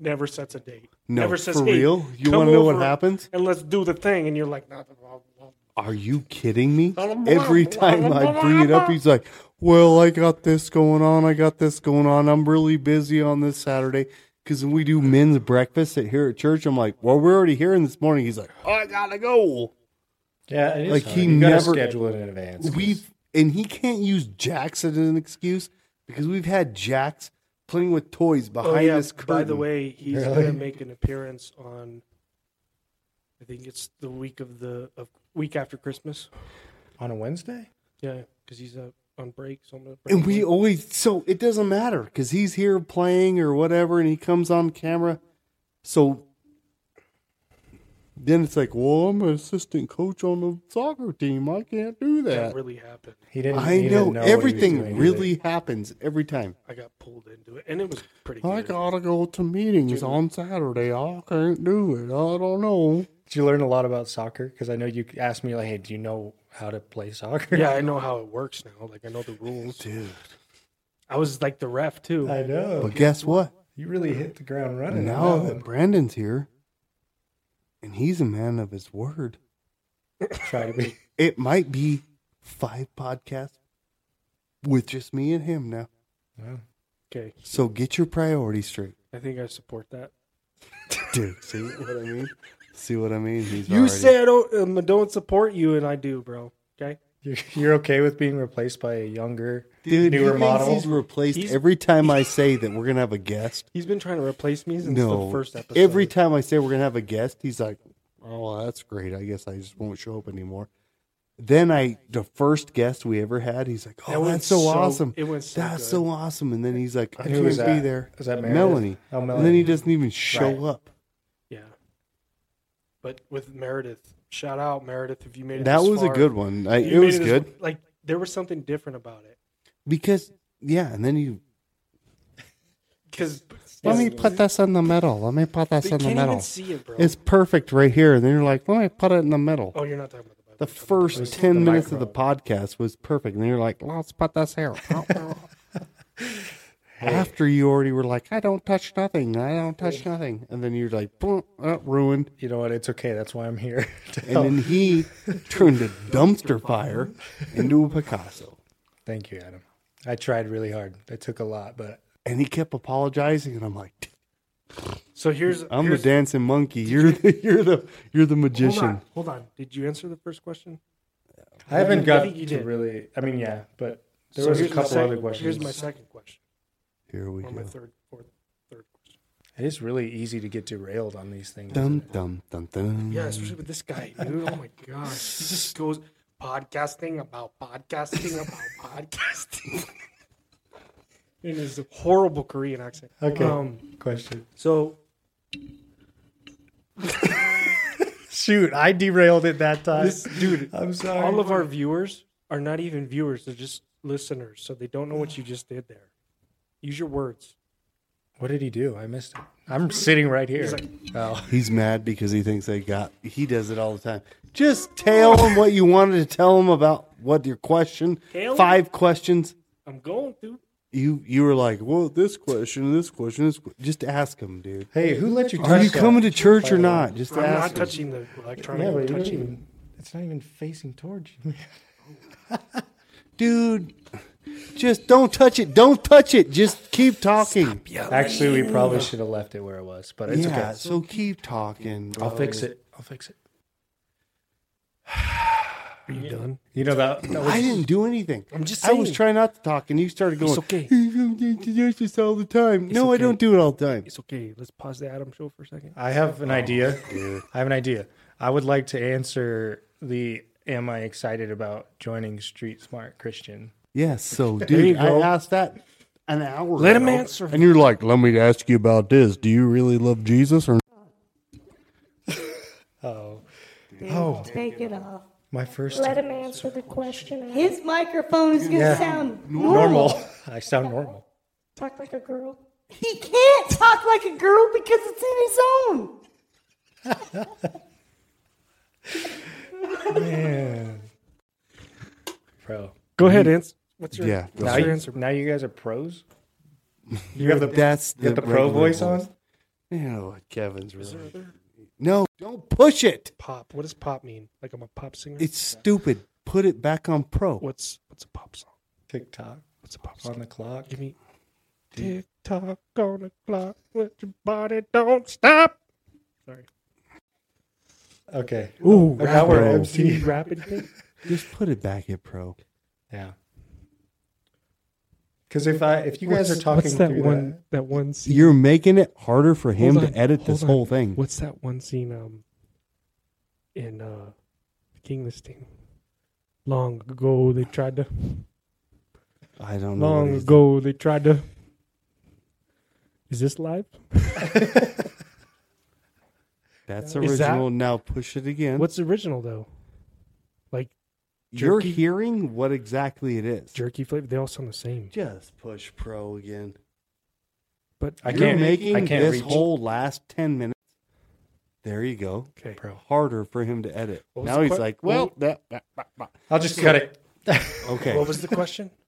Speaker 2: Never sets a date.
Speaker 1: no,
Speaker 2: Never says
Speaker 1: for
Speaker 2: "Hey,
Speaker 1: real. You
Speaker 2: come
Speaker 1: want to know what
Speaker 2: over
Speaker 1: happens?
Speaker 2: And let's do the thing. And you're like, nah, blah, blah,
Speaker 1: Are you kidding me? Every time I bring it up, he's like, "Well, I got this going on. I got this going on. I'm really busy on this Saturday." Because when we do men's breakfast at here at church, I'm like, "Well, we're already here." And this morning, he's like, "Oh, I gotta go."
Speaker 3: Yeah, it is
Speaker 1: Like,
Speaker 3: hard.
Speaker 1: he
Speaker 3: you gotta
Speaker 1: never-
Speaker 3: schedule it in advance. 'cause
Speaker 1: We've and he can't use Jax as an excuse because we've had Jax playing with toys
Speaker 2: blah. Oh
Speaker 1: behind
Speaker 2: yeah.
Speaker 1: this curtain.
Speaker 2: By the way, he's
Speaker 3: Really?
Speaker 2: gonna make an appearance on. I think it's the week of the of week after Christmas.
Speaker 3: on a Wednesday.
Speaker 2: Yeah, because he's uh, on break. So I'm gonna break
Speaker 1: and
Speaker 2: him.
Speaker 1: we always so it doesn't matter because he's here playing or whatever, and he comes on camera. So then it's like, well, I'm an assistant coach on the soccer team. I can't do
Speaker 2: that
Speaker 1: that.
Speaker 2: really happened.
Speaker 3: He didn't.
Speaker 1: I
Speaker 3: he didn't
Speaker 1: know,
Speaker 3: know what he was doing
Speaker 1: everything
Speaker 3: either.
Speaker 1: really happens every time.
Speaker 2: I got pulled into it, and it was pretty.
Speaker 1: I
Speaker 2: Good.
Speaker 1: gotta go to meetings on Saturday. I can't do it. I don't know.
Speaker 3: Did you learn a lot about soccer? Because I know you asked me like, "Hey, do you know how to play soccer?"
Speaker 2: yeah, I know how it works now. Like I know the rules.
Speaker 1: Dude.
Speaker 2: I was like the ref too.
Speaker 3: <laughs> I know.
Speaker 1: But guess what?
Speaker 3: you really hit the ground running. on
Speaker 1: now
Speaker 3: that
Speaker 1: that
Speaker 3: one.
Speaker 1: Brandon's here, and he's a man of his word,
Speaker 3: try to be.
Speaker 1: it might be five podcasts with just me and him now.
Speaker 3: Well,
Speaker 2: Okay,
Speaker 1: So get your priorities straight, <laughs>
Speaker 2: I think I support that.
Speaker 1: dude. See what I mean? See what I mean? He's
Speaker 2: You
Speaker 1: already-
Speaker 2: say I don't um, I don't support you, and I do, bro. Okay,
Speaker 3: you're, <laughs> you're okay with being replaced by a younger,
Speaker 1: dude, he
Speaker 3: newer
Speaker 1: thinks
Speaker 3: model.
Speaker 1: He's replaced
Speaker 2: He's-
Speaker 1: every time
Speaker 2: <laughs>
Speaker 1: I say that we're gonna have a guest.
Speaker 2: he's been trying to replace me since
Speaker 1: No,
Speaker 2: the first episode.
Speaker 1: every time I say we're gonna have a guest, he's like, "Oh, well, that's great. I guess I just won't show up anymore." Then I, the first guest we ever had, he's like,
Speaker 2: That
Speaker 1: "Oh,
Speaker 2: went
Speaker 1: that's so, awesome.
Speaker 2: It went so
Speaker 1: That's
Speaker 2: good.
Speaker 1: so awesome. And then he's like, I
Speaker 3: And
Speaker 1: can't
Speaker 3: who was
Speaker 1: be
Speaker 3: that?
Speaker 1: there.
Speaker 3: Is that Meredith?
Speaker 1: Melanie.
Speaker 3: Oh, Melanie.
Speaker 1: And then he doesn't even show
Speaker 3: Right.
Speaker 1: up.
Speaker 2: yeah. But with Meredith, shout out Meredith if you made it.
Speaker 1: That
Speaker 2: this
Speaker 1: was a
Speaker 2: far.
Speaker 1: good one. I,
Speaker 2: You
Speaker 1: it
Speaker 2: made
Speaker 1: was
Speaker 2: this-
Speaker 1: good
Speaker 2: Like there was something different about it
Speaker 1: because, yeah. And then you,
Speaker 2: because
Speaker 1: let me put this in the middle. Let me put this
Speaker 2: they
Speaker 1: in
Speaker 2: can't
Speaker 1: the
Speaker 2: even
Speaker 1: middle.
Speaker 2: see it, bro.
Speaker 1: It's perfect right here. And then you're like, let me put it in the middle.
Speaker 2: Oh, you're not talking about the Bible.
Speaker 1: The
Speaker 2: You're talking about
Speaker 1: first
Speaker 3: was
Speaker 1: 10
Speaker 3: the
Speaker 1: minutes of the podcast was perfect. And then you're like, let's put this
Speaker 2: <laughs>
Speaker 1: here. Oh, After you already were like, I don't touch nothing. I don't touch nothing. And then you're like, "Boom, uh, ruined.
Speaker 3: You know what? It's okay. That's why I'm here. <laughs> to
Speaker 1: And
Speaker 3: help.
Speaker 2: Oh.
Speaker 1: then he turned a dumpster fire into a Picasso.
Speaker 3: Thank you, Adam. I tried really hard. It took a lot, but
Speaker 1: And he kept apologizing, and I'm like, "Dude,
Speaker 2: So here's
Speaker 1: I'm
Speaker 2: here's,
Speaker 1: the dancing monkey. You're the you're the you're the
Speaker 2: Hold
Speaker 1: magician.
Speaker 2: on, hold on. Did you answer the first question?
Speaker 3: I haven't
Speaker 2: think- I
Speaker 3: got
Speaker 2: think you
Speaker 3: to
Speaker 2: did.
Speaker 3: really. I mean, yeah, but there
Speaker 2: So
Speaker 3: was a
Speaker 2: here's my
Speaker 3: couple
Speaker 2: second-
Speaker 3: other questions.
Speaker 2: Here's my second question,
Speaker 1: Here we
Speaker 2: or my
Speaker 1: go.
Speaker 2: third, fourth, third question.
Speaker 3: It is really easy to get derailed on these things.
Speaker 1: Dum dum dum dum.
Speaker 2: Yeah, especially with this guy, dude. Oh my gosh, he just goes podcasting about podcasting about <laughs> podcasting in his horrible Korean accent.
Speaker 3: Okay.
Speaker 2: Um,
Speaker 3: Question.
Speaker 2: so
Speaker 3: Shoot, I derailed it that time.
Speaker 2: this dude,
Speaker 3: <laughs> I'm sorry.
Speaker 2: all of our viewers are not even viewers; they're just listeners, so they don't know what you just did there. Use your words.
Speaker 3: what did he do? I missed it. I'm sitting right here. oh,
Speaker 1: He's mad because he thinks they got. He does it all the time. Just tell him what you wanted to tell him about what your question.
Speaker 2: Tell him.
Speaker 1: Five questions.
Speaker 2: I'm going through.
Speaker 1: You you were like, well, this question, this question, this. que-" Just ask him, dude.
Speaker 3: hey, who let you?
Speaker 1: Are
Speaker 3: touch
Speaker 1: you
Speaker 3: that?
Speaker 1: coming to church or
Speaker 3: By the way.
Speaker 1: not? Just
Speaker 2: I'm
Speaker 1: ask.
Speaker 2: not
Speaker 1: him.
Speaker 2: touching the electronic.
Speaker 3: Yeah,
Speaker 2: I'm
Speaker 3: but you don't
Speaker 2: touching
Speaker 3: even. It's not even facing towards you. <laughs> man.
Speaker 1: dude just don't touch it don't touch it just keep talking
Speaker 3: Actually, we probably should have left it where it was, but Oh, it's
Speaker 1: yeah
Speaker 3: okay.
Speaker 1: so keep talking bro.
Speaker 3: I'll fix it. I'll fix it.
Speaker 2: Are you done?
Speaker 3: You know that. that was,
Speaker 1: i didn't do anything i'm
Speaker 2: just
Speaker 1: i was
Speaker 2: saying.
Speaker 1: trying not to talk and you started going
Speaker 2: okay.
Speaker 1: it's okay all the time no i
Speaker 2: okay.
Speaker 1: don't do it all the time
Speaker 2: It's okay. Let's pause the Adam show for a second.
Speaker 3: I have an idea. I have an idea. I would like to answer the Am I excited about joining Street Smart Christian?
Speaker 1: yes so
Speaker 2: you
Speaker 1: dude i
Speaker 2: go.
Speaker 1: asked that an hour
Speaker 2: Let
Speaker 1: ago,
Speaker 2: him answer.
Speaker 1: and you're like let me ask you about this do you really love jesus or
Speaker 3: Oh,
Speaker 4: Take it off.
Speaker 3: my first
Speaker 5: Let him answer the question.
Speaker 4: His microphone is going to sound normal.
Speaker 3: <laughs> normal. I sound normal.
Speaker 5: Talk like a girl.
Speaker 4: He can't talk like a girl because it's in his own.
Speaker 3: Man. Pro.
Speaker 2: Go ahead, Ants. Mm-hmm. What's your
Speaker 1: Yeah, go
Speaker 2: What's
Speaker 3: Now
Speaker 1: ahead.
Speaker 2: your
Speaker 3: you,
Speaker 2: answer?
Speaker 3: now you guys
Speaker 2: <laughs>
Speaker 3: are pros?
Speaker 1: You have the that's
Speaker 3: You got the pro voice on?
Speaker 1: You know what Kevin's really. No, don't push it.
Speaker 2: Pop. What does pop mean? Like I'm a pop singer.
Speaker 1: It's stupid. Put it back on pro.
Speaker 2: what's what's a pop song?
Speaker 3: TikTok
Speaker 2: What's a pop song?
Speaker 3: on the clock.
Speaker 2: Give me tick tock on the clock with your body don't stop. Sorry.
Speaker 3: Okay.
Speaker 2: Ooh,
Speaker 3: And now we're
Speaker 1: Bro.
Speaker 2: You need
Speaker 3: MC.
Speaker 2: rapid thing?
Speaker 1: Just put it back at pro.
Speaker 3: Yeah. Because if I if you guys
Speaker 2: What's-
Speaker 3: are talking
Speaker 2: what's that
Speaker 3: through
Speaker 2: one
Speaker 3: that,
Speaker 2: that, one scene?
Speaker 1: You're making it harder for him
Speaker 2: Hold on,
Speaker 1: to edit
Speaker 2: hold
Speaker 1: this
Speaker 2: on.
Speaker 1: whole thing.
Speaker 2: What's that one scene um in uh the King Listing? Long ago they tried to
Speaker 1: I don't know. what
Speaker 2: long
Speaker 1: he's-
Speaker 2: ago they tried to Is this live?
Speaker 1: That's
Speaker 2: Is that-
Speaker 1: original. Now push it again.
Speaker 2: What's original though? Like
Speaker 1: You're
Speaker 2: jerky?
Speaker 1: hearing what exactly it is.
Speaker 2: jerky flavor, they all sound the same.
Speaker 1: Just push pro again.
Speaker 2: But
Speaker 3: I
Speaker 1: You're
Speaker 3: can't-
Speaker 1: making
Speaker 3: I can't
Speaker 1: this
Speaker 3: reach-
Speaker 1: whole last ten minutes. There you go.
Speaker 2: okay.
Speaker 3: bro,
Speaker 1: Harder for him to edit.
Speaker 2: What was
Speaker 1: Now
Speaker 2: the
Speaker 1: he's
Speaker 2: que-
Speaker 1: like,
Speaker 2: what-
Speaker 1: well, that, that- that- that.
Speaker 3: I'll just cut it.
Speaker 1: okay.
Speaker 2: What was the question?
Speaker 1: <laughs>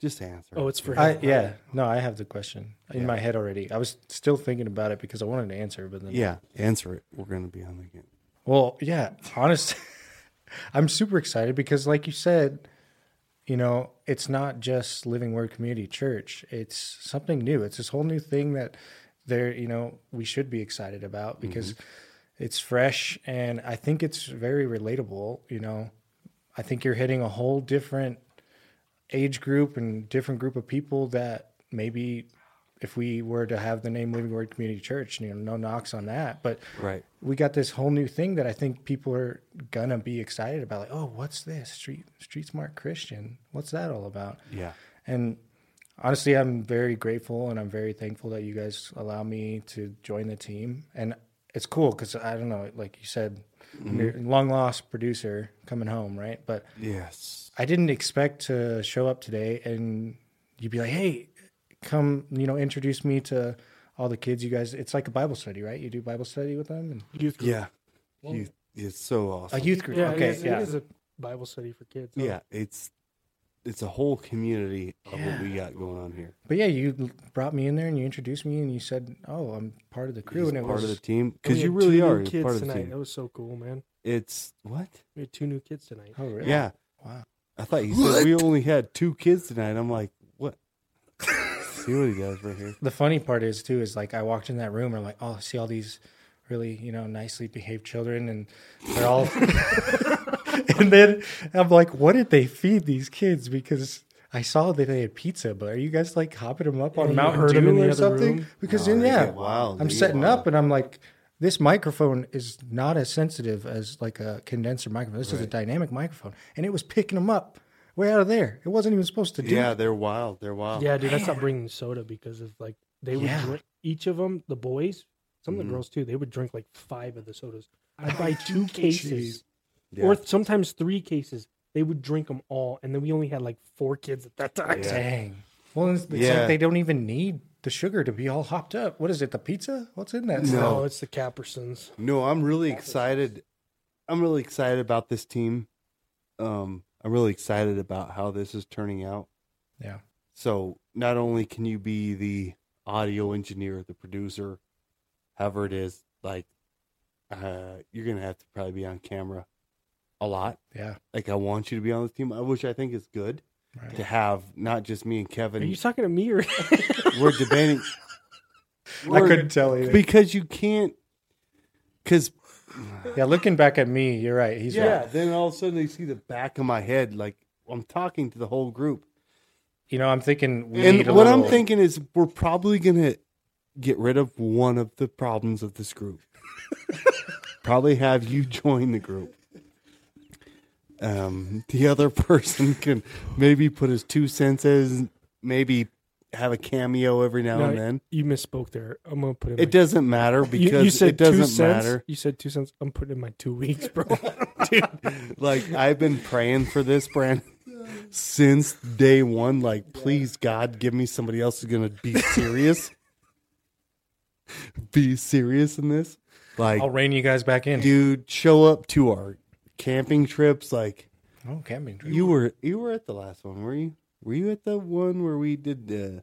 Speaker 1: Just answer.
Speaker 2: Oh, it's for him.
Speaker 3: I yeah. No, I have the question in
Speaker 1: Yeah.
Speaker 3: my head already. I was still thinking about it because I wanted to answer, but then
Speaker 1: yeah. Answer it. We're gonna be on again.
Speaker 3: Well, yeah, honest. <laughs> I'm super excited because, like you said, you know, it's not just Living Word Community Church. It's something new. It's this whole new thing that there, you know, we should be excited about because it's fresh and I think it's very relatable. You know, I think you're hitting a whole different age group and different group of people that maybe if we were to have the name Living Word Community Church, you know, no knocks on that, but
Speaker 1: Right.
Speaker 3: we got this whole new thing that I think people are gonna be excited about. Like, oh, what's this street street smart Christian? What's that all about?
Speaker 1: Yeah.
Speaker 3: And honestly, I'm very grateful and I'm very thankful that you guys allow me to join the team. And it's cool because I don't know, like you said, you're a long lost producer coming home, right? But
Speaker 1: Yes.
Speaker 3: I didn't expect to show up today and you'd be like, hey, come, you know, introduce me to all the kids. You guys, it's like a Bible study, right? You do Bible study with them. And
Speaker 2: youth group.
Speaker 1: Yeah. You, it's so awesome.
Speaker 3: a youth group.
Speaker 2: Yeah,
Speaker 3: okay,
Speaker 2: it, is,
Speaker 3: yeah.
Speaker 2: it is a Bible study for kids. Oh, huh?
Speaker 1: yeah. It's it's a whole community of what we got going on here.
Speaker 3: But yeah, you brought me in there and you introduced me and you said, "Oh, I'm part of the crew,"
Speaker 1: He's
Speaker 3: and it
Speaker 1: part
Speaker 3: was
Speaker 1: of the team
Speaker 2: And we
Speaker 1: because you
Speaker 2: had
Speaker 1: really
Speaker 2: two new
Speaker 1: are
Speaker 2: kids
Speaker 1: part of the
Speaker 2: tonight. That
Speaker 1: team.
Speaker 2: was so cool, man.
Speaker 1: It's what?
Speaker 2: We had two new kids tonight.
Speaker 3: oh really
Speaker 1: Yeah.
Speaker 3: Wow.
Speaker 1: I thought you said we only had two kids tonight. I'm like, what? See what he does right here.
Speaker 3: The funny part is too is like I walked in that room and I'm like, "Oh, I see all these really you know nicely behaved children and they're all," <laughs> and then I'm like, "What did they feed these kids?" Because I saw that they had pizza, but are you guys like hopping them up on
Speaker 2: And you
Speaker 3: Mountain
Speaker 2: heard
Speaker 3: Dew
Speaker 2: 'em in the
Speaker 3: or
Speaker 2: other
Speaker 3: something?
Speaker 2: room?
Speaker 3: Because
Speaker 1: No,
Speaker 3: then
Speaker 1: Oh, they
Speaker 3: yeah,
Speaker 1: get wild.
Speaker 3: I'm
Speaker 1: They get
Speaker 3: setting
Speaker 1: wild.
Speaker 3: up and I'm like. This microphone is not as sensitive as like a condenser microphone. This is a dynamic microphone, and it was picking them up way out of there. It wasn't even supposed to do
Speaker 1: Yeah,
Speaker 3: it.
Speaker 1: they're wild. They're wild.
Speaker 2: Yeah, dude, I stopped bringing soda because of like they would
Speaker 3: Yeah.
Speaker 2: drink each of them. The boys, some of
Speaker 1: Mhm.
Speaker 2: the girls too, they would drink like five of the sodas.
Speaker 1: <laughs>
Speaker 2: I'd buy two cases,
Speaker 1: Yeah.
Speaker 2: or sometimes three cases. They would drink them all, and then we only had like four kids at that time.
Speaker 1: Yeah.
Speaker 3: Dang. Well, it's, it's
Speaker 1: Yeah.
Speaker 3: like they don't even need the sugar to be all hopped up. What is it? The pizza? What's in
Speaker 1: No.
Speaker 3: that?
Speaker 2: <laughs>
Speaker 3: stuff?
Speaker 2: No, it's the Capersons.
Speaker 1: No, I'm really excited. I'm really excited about this team. Um, I'm really excited about how this is turning out.
Speaker 3: Yeah.
Speaker 1: So not only can you be the audio engineer, the producer, however it is, like uh, you're gonna have to probably be on camera a lot.
Speaker 3: Yeah.
Speaker 1: Like I want you to be on this team, uh, which I think is good
Speaker 3: Right.
Speaker 1: to have not just me and
Speaker 2: Are
Speaker 1: Kevin.
Speaker 2: you talking to me or?
Speaker 1: <laughs> We're debating
Speaker 3: I
Speaker 1: We're-
Speaker 3: couldn't tell either.
Speaker 1: because you can't. Because
Speaker 3: yeah, looking back at me, you're right. He's
Speaker 1: yeah,
Speaker 3: right.
Speaker 1: then all of a sudden they see the back of my head, like I'm talking to the whole group.
Speaker 3: You know, I'm thinking. We need
Speaker 1: and
Speaker 3: a
Speaker 1: what I'm
Speaker 3: little-
Speaker 1: thinking is we're probably gonna get rid of one of the problems of this group. <laughs> probably have you join the group. Um, the other <laughs> person can maybe put his two cents in, maybe have a cameo every now
Speaker 2: <laughs>
Speaker 1: and then.
Speaker 2: you misspoke there. I'm gonna put in
Speaker 1: It
Speaker 2: my,
Speaker 1: doesn't matter
Speaker 2: You-
Speaker 1: because
Speaker 2: you, said
Speaker 1: it doesn't
Speaker 2: two cents.
Speaker 1: matter.
Speaker 2: You said two cents. I'm putting in my two weeks, bro.
Speaker 1: Dude, like I've been praying for this, Brandon. since day one. Like, please, God, give me somebody else who's gonna be serious. <laughs> be serious in this. Like,
Speaker 3: I'll rein you guys back in.
Speaker 1: dude, show up to our camping trips. Like,
Speaker 3: oh, camping trip.
Speaker 1: you were you were at the last one, were you? Were you at the one where we did the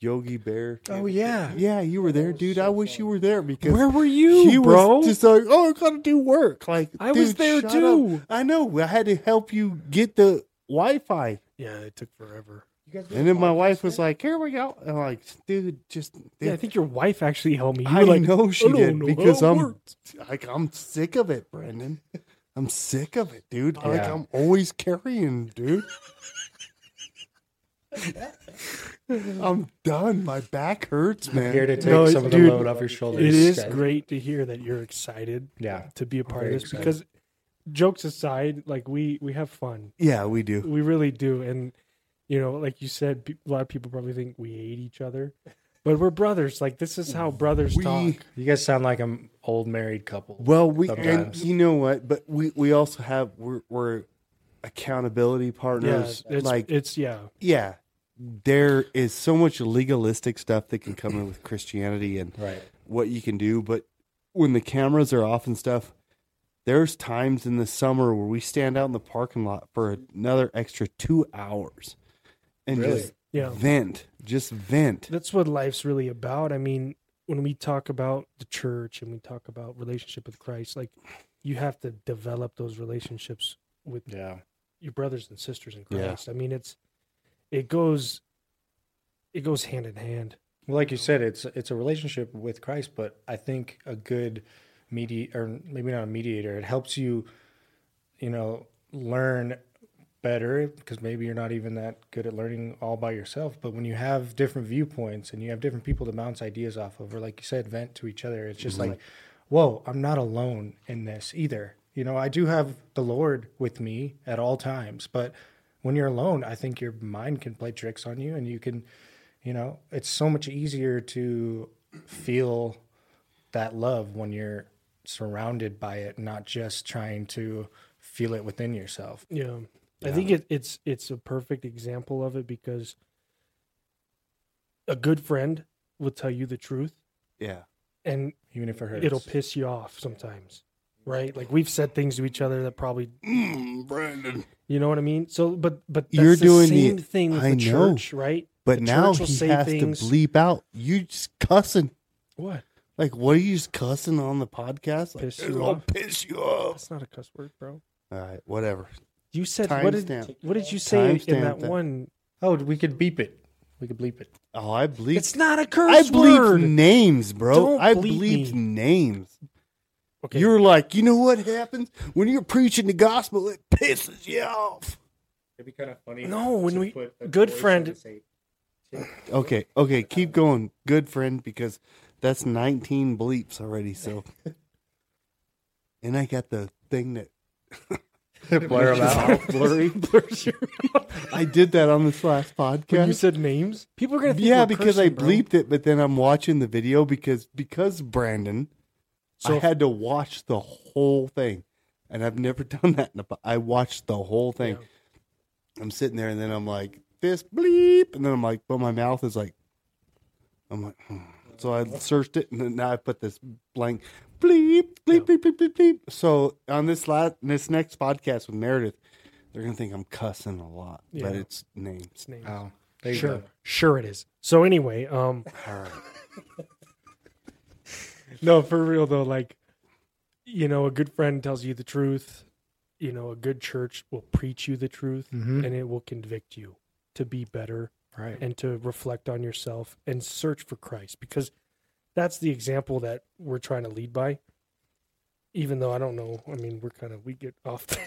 Speaker 1: Yogi Bear?
Speaker 3: oh yeah.
Speaker 1: Yeah, you were there, dude. I wish you were there because
Speaker 2: <laughs> Where were you,
Speaker 1: he
Speaker 2: bro?
Speaker 1: was just like, "Oh, I gotta do work." Like
Speaker 2: I was
Speaker 1: dude,
Speaker 2: there
Speaker 1: shut
Speaker 2: too.
Speaker 1: up. I know. I had to help you get the Wi-Fi,
Speaker 2: yeah, it took forever.
Speaker 1: and then my wife was like, "Here we go." And I'm like, "Dude, just
Speaker 2: Yeah, I think your wife actually helped me. You
Speaker 1: I
Speaker 2: were like, "Oh,
Speaker 1: know she
Speaker 2: "I don't
Speaker 1: did
Speaker 2: know how
Speaker 1: because
Speaker 2: it
Speaker 1: I'm
Speaker 2: works."
Speaker 1: like I'm sick of it, Brendan. I'm sick of it, dude. Like
Speaker 3: Yeah.
Speaker 1: I'm always carrying,
Speaker 2: <laughs>
Speaker 1: dude. I'm done. My back hurts, man.
Speaker 3: Here to take
Speaker 2: No,
Speaker 3: some of the
Speaker 2: dude,
Speaker 3: load off your shoulders.
Speaker 2: It is
Speaker 3: guys.
Speaker 2: great to hear that you're excited
Speaker 3: Yeah.
Speaker 2: to be a part of
Speaker 3: very
Speaker 2: this because jokes aside, like we we have fun.
Speaker 1: yeah, we do.
Speaker 2: We really do and you know, like you said pe- a lot of people probably think we hate each other, but we're brothers. Like this is how brothers
Speaker 1: We-
Speaker 2: talk.
Speaker 3: You guys sound like an old married couple.
Speaker 1: Well, we and
Speaker 3: Sometimes.
Speaker 1: you know what? But we we also have we're, we're accountability
Speaker 2: Yeah,
Speaker 1: partners.
Speaker 2: it's like
Speaker 1: like
Speaker 2: it's yeah.
Speaker 1: yeah, there is so much legalistic stuff that can come in with Christianity and
Speaker 3: right.
Speaker 1: what you can do, but when the cameras are off and stuff, there's times in the summer where we stand out in the parking lot for another extra two hours and
Speaker 3: Really?
Speaker 1: just
Speaker 2: Yeah.
Speaker 1: vent, just vent.
Speaker 2: That's what life's really about. I mean, when we talk about the church and we talk about relationship with Christ, like you have to develop those relationships with
Speaker 3: Yeah.
Speaker 2: your brothers and sisters in
Speaker 1: Yeah.
Speaker 2: Christ. I mean, it's it goes it goes hand in hand.
Speaker 3: Well, like you said, it's it's a relationship with Christ, but I think a good media or maybe not a mediator, it helps you, you know, learn better because maybe you're not even that good at learning all by yourself. But when you have different viewpoints and you have different people to bounce ideas off of, or like you said, vent to each other, it's just like, whoa, I'm not alone in this either. You know, I do have the Lord with me at all times, but when you're alone, I think your mind can play tricks on you and you can you know it's so much easier to feel that love when you're surrounded by it not just trying to feel it within yourself
Speaker 2: Yeah. I think it, it's it's a perfect example of it because a good friend will tell you the truth
Speaker 1: Yeah.
Speaker 2: and
Speaker 3: even if it hurts
Speaker 2: it'll piss you off sometimes. Right? Like we've said things to each other that probably
Speaker 1: Mm, Brandon.
Speaker 2: You know what I mean? So, but but that's
Speaker 1: You're
Speaker 2: the
Speaker 1: doing the-
Speaker 2: same thing with
Speaker 1: I
Speaker 2: the
Speaker 1: know.
Speaker 2: church, right?
Speaker 1: But
Speaker 2: The
Speaker 1: now
Speaker 2: church will
Speaker 1: he
Speaker 2: say
Speaker 1: has
Speaker 2: things-
Speaker 1: to bleep out. You just cussing.
Speaker 2: What?
Speaker 1: Like, what are you just cussing on the podcast? Like,
Speaker 2: Piss you
Speaker 1: "Dude,
Speaker 2: off."
Speaker 1: piss you off.
Speaker 2: That's not a cuss word, bro.
Speaker 1: All right, whatever.
Speaker 2: You said what did
Speaker 1: Timestamp.
Speaker 2: what did you say in
Speaker 1: Timestamp
Speaker 2: that
Speaker 1: that.
Speaker 2: one?
Speaker 3: oh we could beep it we could bleep it
Speaker 1: Oh, I bleep.
Speaker 2: It's not a
Speaker 1: I
Speaker 2: curse
Speaker 1: bleeped
Speaker 2: word.
Speaker 1: names, bro.
Speaker 2: Don't
Speaker 1: I
Speaker 2: bleep
Speaker 1: bleeped
Speaker 2: me.
Speaker 1: names.
Speaker 2: Okay. <laughs>
Speaker 1: You're like, you know what happens when you're preaching the gospel? It pisses you off.
Speaker 3: it'd be kind of funny
Speaker 2: No, when we- good friend-
Speaker 1: Okay, okay, keep going, good friend, because that's 19 bleeps already. So, and I got the thing that
Speaker 3: blur 'em out
Speaker 1: blurry.
Speaker 2: Blurs your mouth.
Speaker 1: <laughs> I did that on this last
Speaker 2: When you
Speaker 1: podcast.
Speaker 2: said names, people are gonna think
Speaker 1: Yeah,
Speaker 2: we're
Speaker 1: because I
Speaker 2: cursing, bro.
Speaker 1: bleeped it, but then I'm watching the video because because Brandon,
Speaker 2: So
Speaker 1: I had to watch the whole thing, and I've never <laughs> done that. In a, po- I watched the whole thing. I'm sitting there, and then I'm like this bleep, and then I'm like, but my mouth is like, I'm like, hmm. so I searched it, and then now I put this blank bleep, bleep, bleep, bleep, bleep, bleep. So on this last, this next podcast with Meredith, they're gonna think I'm cussing a lot, but
Speaker 2: Yeah.
Speaker 1: it's names.
Speaker 2: It's names.
Speaker 3: oh there you
Speaker 2: sure,
Speaker 3: go
Speaker 2: sure it is. So anyway, um,
Speaker 1: <laughs> All right.
Speaker 2: <laughs> no, for real though, like you know, a good friend tells you the truth. You know, a good church will preach you the truth,
Speaker 1: Mm-hmm.
Speaker 3: Mhm.
Speaker 2: and it will convict you to be better
Speaker 3: right
Speaker 2: and to reflect on yourself and search for Christ because that's the example that we're trying to lead by. Even though I don't know, I mean, we're kind of we get off <laughs> the,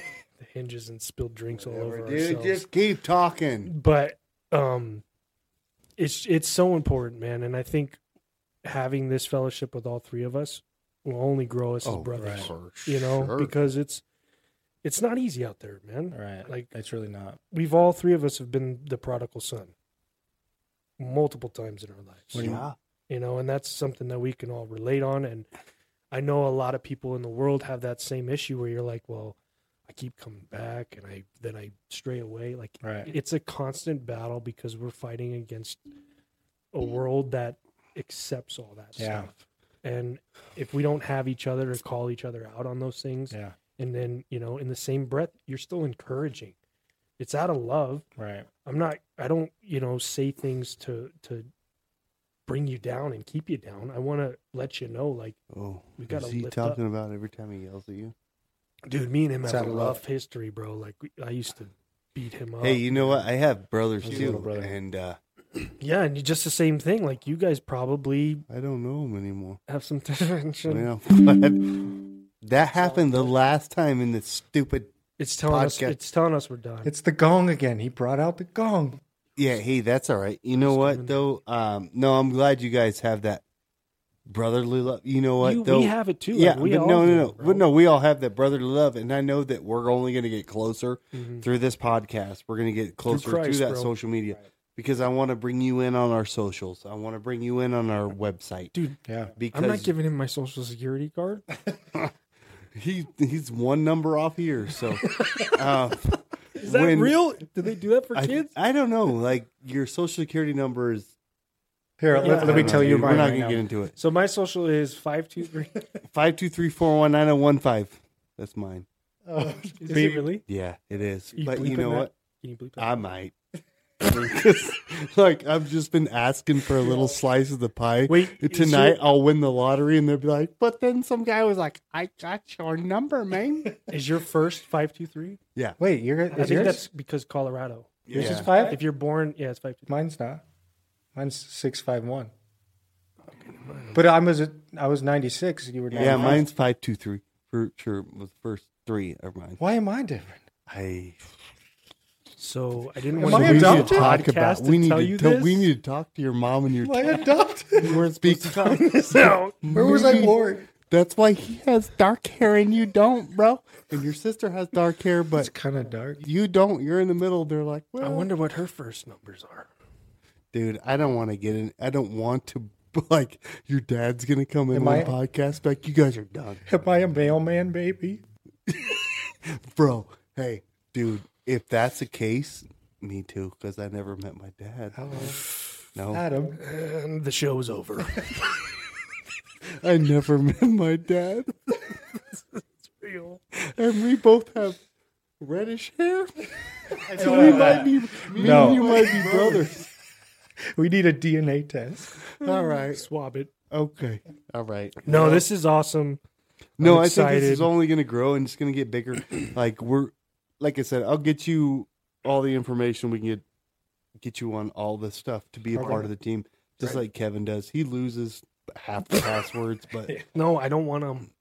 Speaker 2: hinges and spill drinks all over
Speaker 1: Dude,
Speaker 2: ourselves.
Speaker 1: just keep talking.
Speaker 2: But um, it's it's so important, man, and I think having this fellowship with all three of us will only grow us as brothers.
Speaker 1: Oh, for
Speaker 2: You know,
Speaker 1: sure.
Speaker 2: because it's it's not easy out there, man.
Speaker 3: right like
Speaker 2: Like-
Speaker 3: it's really not
Speaker 2: We've all three of us have been the prodigal son multiple times in our lives.
Speaker 1: yeah.
Speaker 2: you know and that's something that we can all relate on and i know a lot of people in the world have that same issue where you're like well I keep coming back and I then I stray away. Like
Speaker 3: Right.
Speaker 2: it's a constant battle because we're fighting against a world that accepts all that
Speaker 3: Yeah.
Speaker 2: stuff. And if we don't have each other to call each other out on those things,
Speaker 3: Yeah.
Speaker 2: and then you know, in the same breath, you're still encouraging. It's out of love.
Speaker 3: Right.
Speaker 2: I'm not I don't, you know, say things to to bring you down and keep you down. I want to let you know like
Speaker 1: Oh,
Speaker 2: We gotta
Speaker 1: is he
Speaker 2: lift
Speaker 1: talking about every time he yells at you?
Speaker 2: dude, me and him
Speaker 3: It's
Speaker 2: have a
Speaker 3: out of
Speaker 2: rough
Speaker 3: love.
Speaker 2: history, bro. Like we- I used to beat him up.
Speaker 1: hey, you know what? I have brothers
Speaker 3: His
Speaker 1: too,
Speaker 3: little brother.
Speaker 1: and uh,
Speaker 2: Yeah, and you- just the same thing. Like you guys probably
Speaker 1: I don't know him anymore.
Speaker 2: have some <laughs> tension.
Speaker 1: <laughs> Well, but that happened the last time in this stupid.
Speaker 2: It's telling us
Speaker 1: Podcast.
Speaker 2: it's telling us we're done.
Speaker 3: It's the gong again. He brought out the gong.
Speaker 1: Yeah, hey, that's all right. You know what
Speaker 2: Stupid.
Speaker 1: though? Um, no, I'm glad you guys have that brotherly love. You know what
Speaker 2: You-
Speaker 1: though?
Speaker 2: we have it too.
Speaker 1: yeah,
Speaker 2: like, we
Speaker 1: but
Speaker 2: all
Speaker 1: no, no,
Speaker 2: do,
Speaker 1: no,
Speaker 2: bro.
Speaker 1: but no, we all have that brotherly love, and I know that we're only going to get closer
Speaker 2: Mhm.
Speaker 1: through this podcast. We're going to get closer through,
Speaker 2: Christ,
Speaker 1: that
Speaker 2: bro.
Speaker 1: social media because I want to bring you in on our socials. I want to bring you in on our website
Speaker 2: Dude,
Speaker 3: Yeah.
Speaker 1: because
Speaker 2: I'm not giving him my social security card.
Speaker 1: he he's one number off here.
Speaker 2: <laughs>
Speaker 1: So, uh,
Speaker 2: <laughs> Is that
Speaker 1: When-
Speaker 2: real? Do they do that for
Speaker 1: <laughs> I,
Speaker 2: kids?
Speaker 1: I don't know. Like your social security number is.
Speaker 3: Here,
Speaker 1: I
Speaker 3: let,
Speaker 1: don't
Speaker 3: let me
Speaker 1: know,
Speaker 3: tell you
Speaker 1: dude. We're
Speaker 3: mine
Speaker 1: not
Speaker 3: right
Speaker 1: gonna
Speaker 3: now.
Speaker 1: get into it.
Speaker 2: So my social <laughs> is five two three.
Speaker 1: Five two three four one nine zero one five. That's mine.
Speaker 3: <laughs> Oh,
Speaker 2: Is it really?
Speaker 1: Yeah, it is.
Speaker 2: You
Speaker 1: but you
Speaker 2: bleeping
Speaker 1: know
Speaker 2: that?
Speaker 1: what?
Speaker 2: Can you bleep that?
Speaker 1: I might. 'Cause, <laughs> like I've just been asking for a little slice of the pie.
Speaker 2: Wait, is
Speaker 1: tonight
Speaker 2: your-
Speaker 1: I'll win the lottery, and they'll be like, "But then some guy was like, I got your number,
Speaker 3: <laughs>
Speaker 1: man.'"
Speaker 2: Is your first five two three?
Speaker 3: Wait, you're
Speaker 2: I
Speaker 3: is
Speaker 2: think
Speaker 3: yours?
Speaker 2: that's because Colorado.
Speaker 3: yours is
Speaker 1: Yeah.
Speaker 3: five.
Speaker 2: If you're born, yeah, it's five two
Speaker 3: Mine's not. Mine's six five one. But I was I was ninety six. You were 95.
Speaker 1: yeah, mine's five two three for sure. Was the first three of mine.
Speaker 3: Why am I different?
Speaker 1: I
Speaker 2: three. So I didn't
Speaker 3: Am
Speaker 2: want
Speaker 3: I
Speaker 2: to leave
Speaker 3: adopted?
Speaker 2: the
Speaker 1: talk
Speaker 2: podcast
Speaker 1: about.
Speaker 2: to
Speaker 1: We need
Speaker 2: tell
Speaker 1: to
Speaker 2: you
Speaker 1: tell-
Speaker 2: this.
Speaker 1: we
Speaker 2: <laughs>
Speaker 1: need to talk to your mom and your
Speaker 3: Am <laughs> I adopted?
Speaker 1: You weren't supposed to talk <laughs> this
Speaker 2: out.
Speaker 3: Where was I born?
Speaker 1: That's why he has dark hair and you don't, bro. And your sister has dark hair,
Speaker 3: It's
Speaker 1: but
Speaker 3: kind of dark.
Speaker 1: you don't. You're in the middle. They're like, well,
Speaker 2: I wonder what her first numbers are.
Speaker 1: dude, I don't want to get in. I don't want to. <laughs> Like, your dad's gonna come in
Speaker 3: Am
Speaker 1: on
Speaker 3: I-
Speaker 1: the podcast. be Like, you guys are done,
Speaker 3: Am I a mailman baby?
Speaker 1: bro. Hey, dude, if that's the case, me too. Because I never met my dad.
Speaker 3: Hello,
Speaker 1: No,
Speaker 3: Adam.
Speaker 2: And the show is over.
Speaker 1: I never <laughs> met my dad.
Speaker 2: Real.
Speaker 1: and we both have reddish
Speaker 3: <laughs>
Speaker 1: hair. so
Speaker 3: have
Speaker 1: we might be, me
Speaker 3: No.
Speaker 1: and you might be brothers.
Speaker 3: We need a DNA test.
Speaker 1: All right.
Speaker 2: Swab it.
Speaker 1: Okay. All right.
Speaker 2: <laughs> No, this is awesome.
Speaker 1: No,
Speaker 2: I'm
Speaker 1: I think this
Speaker 2: excited.
Speaker 1: is only going to grow and it's going to get bigger. like we're, like I said, I'll get you all the information we can get, get you on all this stuff to be a part of the team, just like Kevin does. He loses half the passwords, but
Speaker 2: No, I don't want them.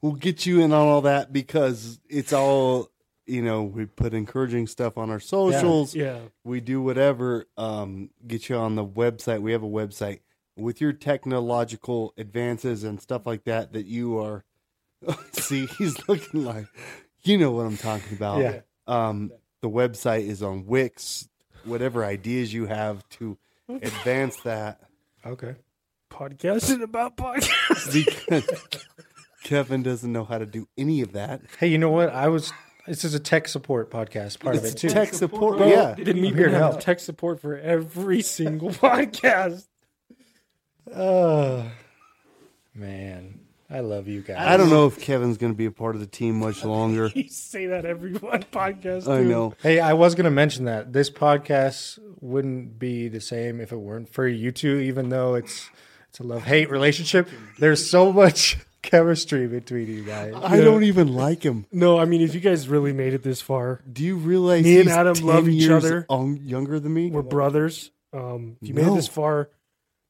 Speaker 1: we'll get you in on all that because it's all you know. We put encouraging stuff on our socials.
Speaker 2: Yeah.
Speaker 1: we do whatever um, get you on the website we have a website with your technological advances and stuff like that that you are <laughs> see he's looking like you know what i'm talking about
Speaker 3: Yeah.
Speaker 1: um, the website is on wix whatever ideas you have to advance that
Speaker 3: Okay.
Speaker 2: Podcasting about podcast.
Speaker 1: because kevin doesn't know how to do any of that
Speaker 3: Hey, you know what? I was. This is a tech support podcast. Part of it
Speaker 1: it's
Speaker 3: too.
Speaker 1: tech support yeah
Speaker 2: Didn't
Speaker 3: here
Speaker 2: even
Speaker 3: to
Speaker 2: have
Speaker 3: help.
Speaker 2: tech support for every <laughs> single podcast.
Speaker 3: Uh, man, I love you guys.
Speaker 1: i don't know if kevin's going to be a part of the team much longer
Speaker 2: <laughs> You say that every one podcast.
Speaker 1: i
Speaker 2: dude.
Speaker 1: know
Speaker 3: Hey, I was going to mention that this podcast wouldn't be the same if it weren't for you two. Even though it's it's a love hate relationship, there's so much <laughs> chemistry between you guys.
Speaker 1: i don't even like him
Speaker 2: No, I mean, if you guys really made it this far,
Speaker 1: Do you realize
Speaker 2: Me and
Speaker 1: he's
Speaker 2: Adam
Speaker 1: 10
Speaker 2: love each
Speaker 1: years
Speaker 2: other.
Speaker 1: on- younger than me?
Speaker 2: we're brothers. Um, if you made
Speaker 1: No.
Speaker 2: it this far,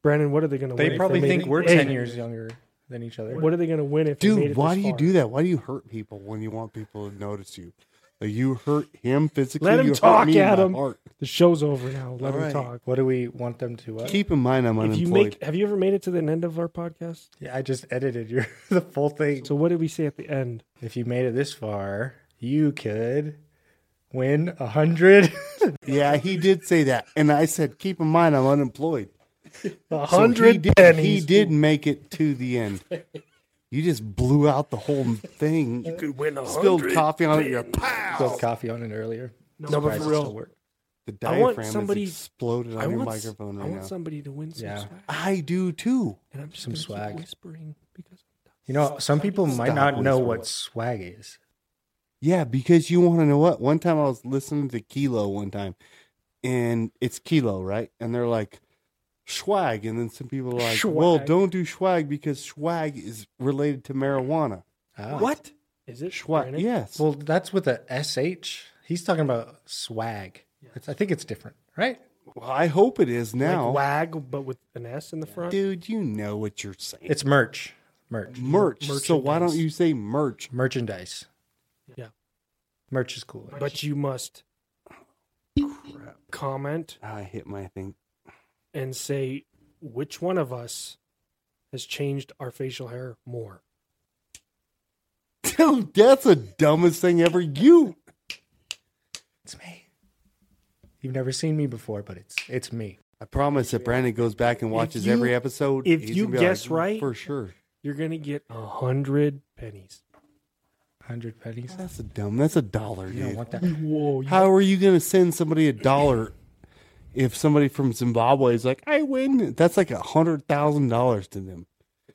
Speaker 2: Brandon, what are they going to win?
Speaker 3: They
Speaker 2: if
Speaker 3: probably
Speaker 2: made
Speaker 3: think
Speaker 2: it-
Speaker 3: we're
Speaker 2: Hey,
Speaker 3: ten years younger than each other.
Speaker 2: What are they going to win if they made
Speaker 1: Dude,
Speaker 2: it
Speaker 1: why
Speaker 2: this
Speaker 1: do you
Speaker 2: far?
Speaker 1: do that? Why do you hurt people when you want people to notice you? Like you hurt him physically.
Speaker 2: Let him
Speaker 1: you
Speaker 2: talk,
Speaker 1: hurt me in my
Speaker 2: Adam.
Speaker 1: heart.
Speaker 2: The show's over now. Let
Speaker 1: All
Speaker 2: them
Speaker 1: right.
Speaker 2: talk.
Speaker 3: What do we want them to? What?
Speaker 1: Keep in mind, I'm
Speaker 2: If
Speaker 1: unemployed.
Speaker 2: you make, have you ever made it to the end of our podcast?
Speaker 3: Yeah, I just edited your <laughs> the full thing.
Speaker 2: So what did we say at the end?
Speaker 3: If you made it this far, you could win a hundred. <laughs>
Speaker 1: yeah, he did say that, and I said, keep in mind, I'm unemployed.
Speaker 2: A
Speaker 1: So he did, he did make it to the end. You just blew out the whole thing. you could
Speaker 2: win a
Speaker 1: spilled
Speaker 2: hundred
Speaker 1: coffee on it. You're pow.
Speaker 3: Spilled coffee on it earlier.
Speaker 2: No,
Speaker 1: No, but for
Speaker 3: Surprised it still
Speaker 1: real,
Speaker 3: worked.
Speaker 1: the
Speaker 2: I
Speaker 1: diaphragm
Speaker 2: want
Speaker 1: is
Speaker 2: somebody-
Speaker 1: exploded on
Speaker 2: I
Speaker 1: your
Speaker 2: want, s-
Speaker 1: microphone
Speaker 2: I
Speaker 1: right
Speaker 2: want
Speaker 1: now.
Speaker 2: somebody to win some
Speaker 3: Yeah.
Speaker 2: swag.
Speaker 1: I do too.
Speaker 2: And I'm just
Speaker 3: Some
Speaker 2: gonna keep
Speaker 3: swag.
Speaker 2: whispering because
Speaker 3: You know, some people might
Speaker 1: Stop
Speaker 3: not know
Speaker 1: whispering.
Speaker 3: what swag is.
Speaker 1: Yeah, because you want to know what? One time I was listening to Kilo one time, and it's Kilo, right? And they're like, swag. And then some people are like, well,
Speaker 2: Schwag.
Speaker 1: don't do swag because swag is related to marijuana.
Speaker 3: Ah.
Speaker 1: What?
Speaker 2: is it
Speaker 1: Schwag.
Speaker 2: Brandon?
Speaker 1: Yes.
Speaker 3: Well, that's with a SH. He's talking about swag. It's, I think it's different, right?
Speaker 1: Well, I hope it is now.
Speaker 2: like wag, but with an S in the front.
Speaker 1: Dude, you know what you're saying.
Speaker 3: It's merch. Merch.
Speaker 1: merch. So why don't you say merch?
Speaker 3: Merchandise.
Speaker 2: Yeah.
Speaker 3: Merch is cool.
Speaker 2: But you must comment
Speaker 1: Ah, I hit my thing. <laughs>
Speaker 2: and say which one of us has changed our facial hair more.
Speaker 1: Dude, that's the dumbest thing ever. You.
Speaker 3: It's me. You've never seen me before, but it's it's me.
Speaker 1: I promise that Brandon goes back and watches
Speaker 2: you-
Speaker 1: every episode.
Speaker 2: if
Speaker 1: he's
Speaker 2: you
Speaker 1: gonna be "Mm,
Speaker 2: guess right-
Speaker 1: for sure.
Speaker 2: You're gonna get a hundred pennies.
Speaker 3: Hundred pennies.
Speaker 1: That's a dumb. That's a dollar,
Speaker 3: You don't
Speaker 1: dude.
Speaker 3: want that.
Speaker 2: Whoa!
Speaker 1: How are you going to send somebody a dollar if somebody from Zimbabwe is like, "I win"? That's like a hundred thousand dollars to them.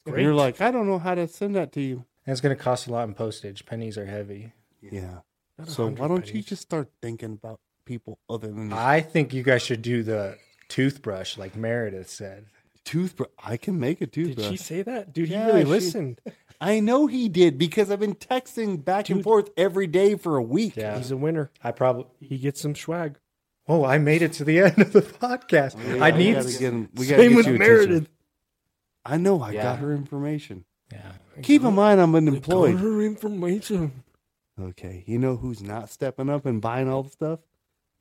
Speaker 1: And you're like, I don't know how to send that to you.
Speaker 3: And it's gonna cost a lot in postage. Pennies are heavy.
Speaker 1: Yeah. So why don't you just start thinking about people other than the
Speaker 3: I think you guys should do the toothbrush, like Meredith said.
Speaker 1: toothbrush? I can make a
Speaker 2: Did
Speaker 1: toothbrush.
Speaker 2: she say that, dude?
Speaker 1: Yeah,
Speaker 2: he really
Speaker 1: she-
Speaker 2: listened.
Speaker 1: I know he did because I've been texting back and forth every day for a week.
Speaker 3: Yeah.
Speaker 2: He's a winner.
Speaker 3: I probably.
Speaker 2: He gets some swag.
Speaker 3: Oh, I made it to the <laughs> end of the podcast. I
Speaker 1: we
Speaker 3: need.
Speaker 1: gotta get him- we gotta
Speaker 2: Same
Speaker 1: get
Speaker 2: with
Speaker 1: you a tissue.
Speaker 2: Meredith.
Speaker 1: I know I
Speaker 3: Yeah.
Speaker 1: got her information.
Speaker 3: Yeah.
Speaker 1: Keep in mind, I'm
Speaker 2: Got
Speaker 1: unemployed.
Speaker 2: her information.
Speaker 1: Okay, you know who's not stepping up and buying all the stuff?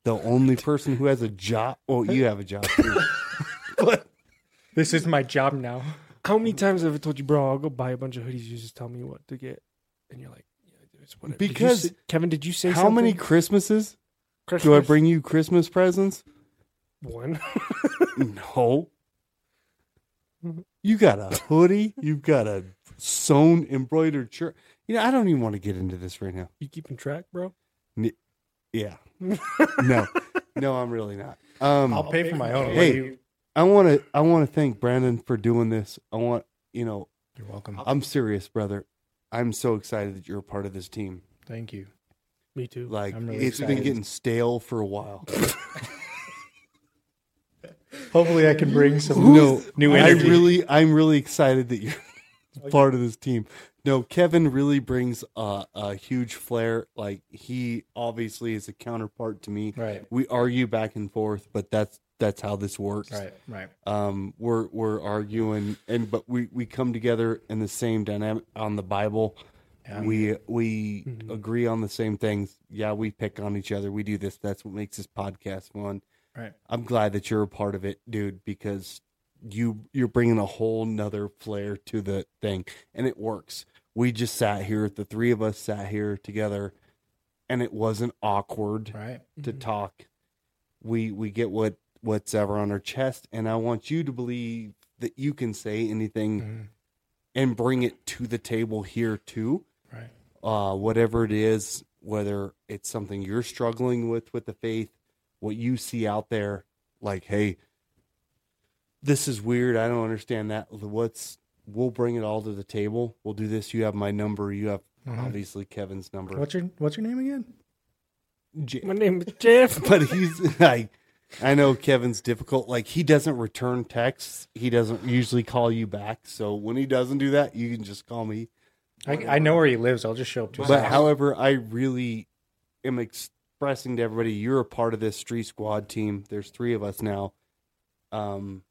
Speaker 1: The only person who has a job. Well, you have a job. too.
Speaker 3: This is my job now.
Speaker 2: How many times have I told you, bro? I'll go buy a bunch of hoodies. You just tell me what to get, and you're like, yeah, it's whatever. Did you
Speaker 1: Because-
Speaker 2: say- Kevin, did you say
Speaker 1: How many
Speaker 2: something?
Speaker 1: Christmases do I
Speaker 2: Christmas?
Speaker 1: bring you Christmas presents?
Speaker 2: One. <laughs>
Speaker 1: No. You got a hoodie. You've got a sewn embroidered shirt. You know, I don't even want to get into this right now.
Speaker 2: you keeping track, bro?
Speaker 1: Yeah. No. No, I'm really not. Um,
Speaker 3: I'll pay for my own.
Speaker 1: Hey.
Speaker 3: What do you-
Speaker 1: I want to I want to thank Brandon for doing this. I want, you know,
Speaker 3: you're welcome.
Speaker 1: I'm serious, brother. I'm so excited that you're a part of this team.
Speaker 3: Thank you.
Speaker 2: Me too.
Speaker 1: Like
Speaker 3: I'm really
Speaker 1: it's been
Speaker 3: excited.
Speaker 1: getting stale for a while.
Speaker 3: Hopefully, I can bring some
Speaker 1: no,
Speaker 3: new
Speaker 1: I
Speaker 3: energy.
Speaker 1: really I'm really excited that you're
Speaker 3: Oh,
Speaker 1: part of this team. No, Kevin really brings uh, a huge flair. Like he obviously is a counterpart to me.
Speaker 3: Right.
Speaker 1: We argue back and forth, but that's that's how this works.
Speaker 3: Right. Right.
Speaker 1: um we're we're arguing and but we we come together in the same dynamic on the bible we we agree on the same things yeah we pick on each other we do this that's what makes this podcast fun
Speaker 3: Right.
Speaker 1: i'm glad that you're a part of it dude because you you're bringing a whole nother flair to the thing and it works we just sat here the three of us sat here together and it wasn't awkward
Speaker 3: Right.
Speaker 1: to talk. We we get what what's ever on our chest, and I want you to believe that you can say anything
Speaker 3: Mm-hmm.
Speaker 1: and bring it to the table here too.
Speaker 3: Right.
Speaker 1: Uh, whatever it is, whether it's something you're struggling with with the faith, what you see out there, like hey, this is weird. I don't understand that. What's we'll bring it all to the table. We'll do this. You have my number. You have obviously Kevin's number.
Speaker 3: What's your What's your name again?
Speaker 1: J-
Speaker 2: My name is Jeff. <laughs>
Speaker 1: but he's <laughs> like I know Kevin's difficult. Like he doesn't return texts. He doesn't usually call you back. So when he doesn't do that, you can just call me.
Speaker 3: I, I know where he lives. I'll just show up to his
Speaker 1: But
Speaker 3: house.
Speaker 1: however, I really am expressing to everybody you're a part of this street squad team. There's three of us now. Um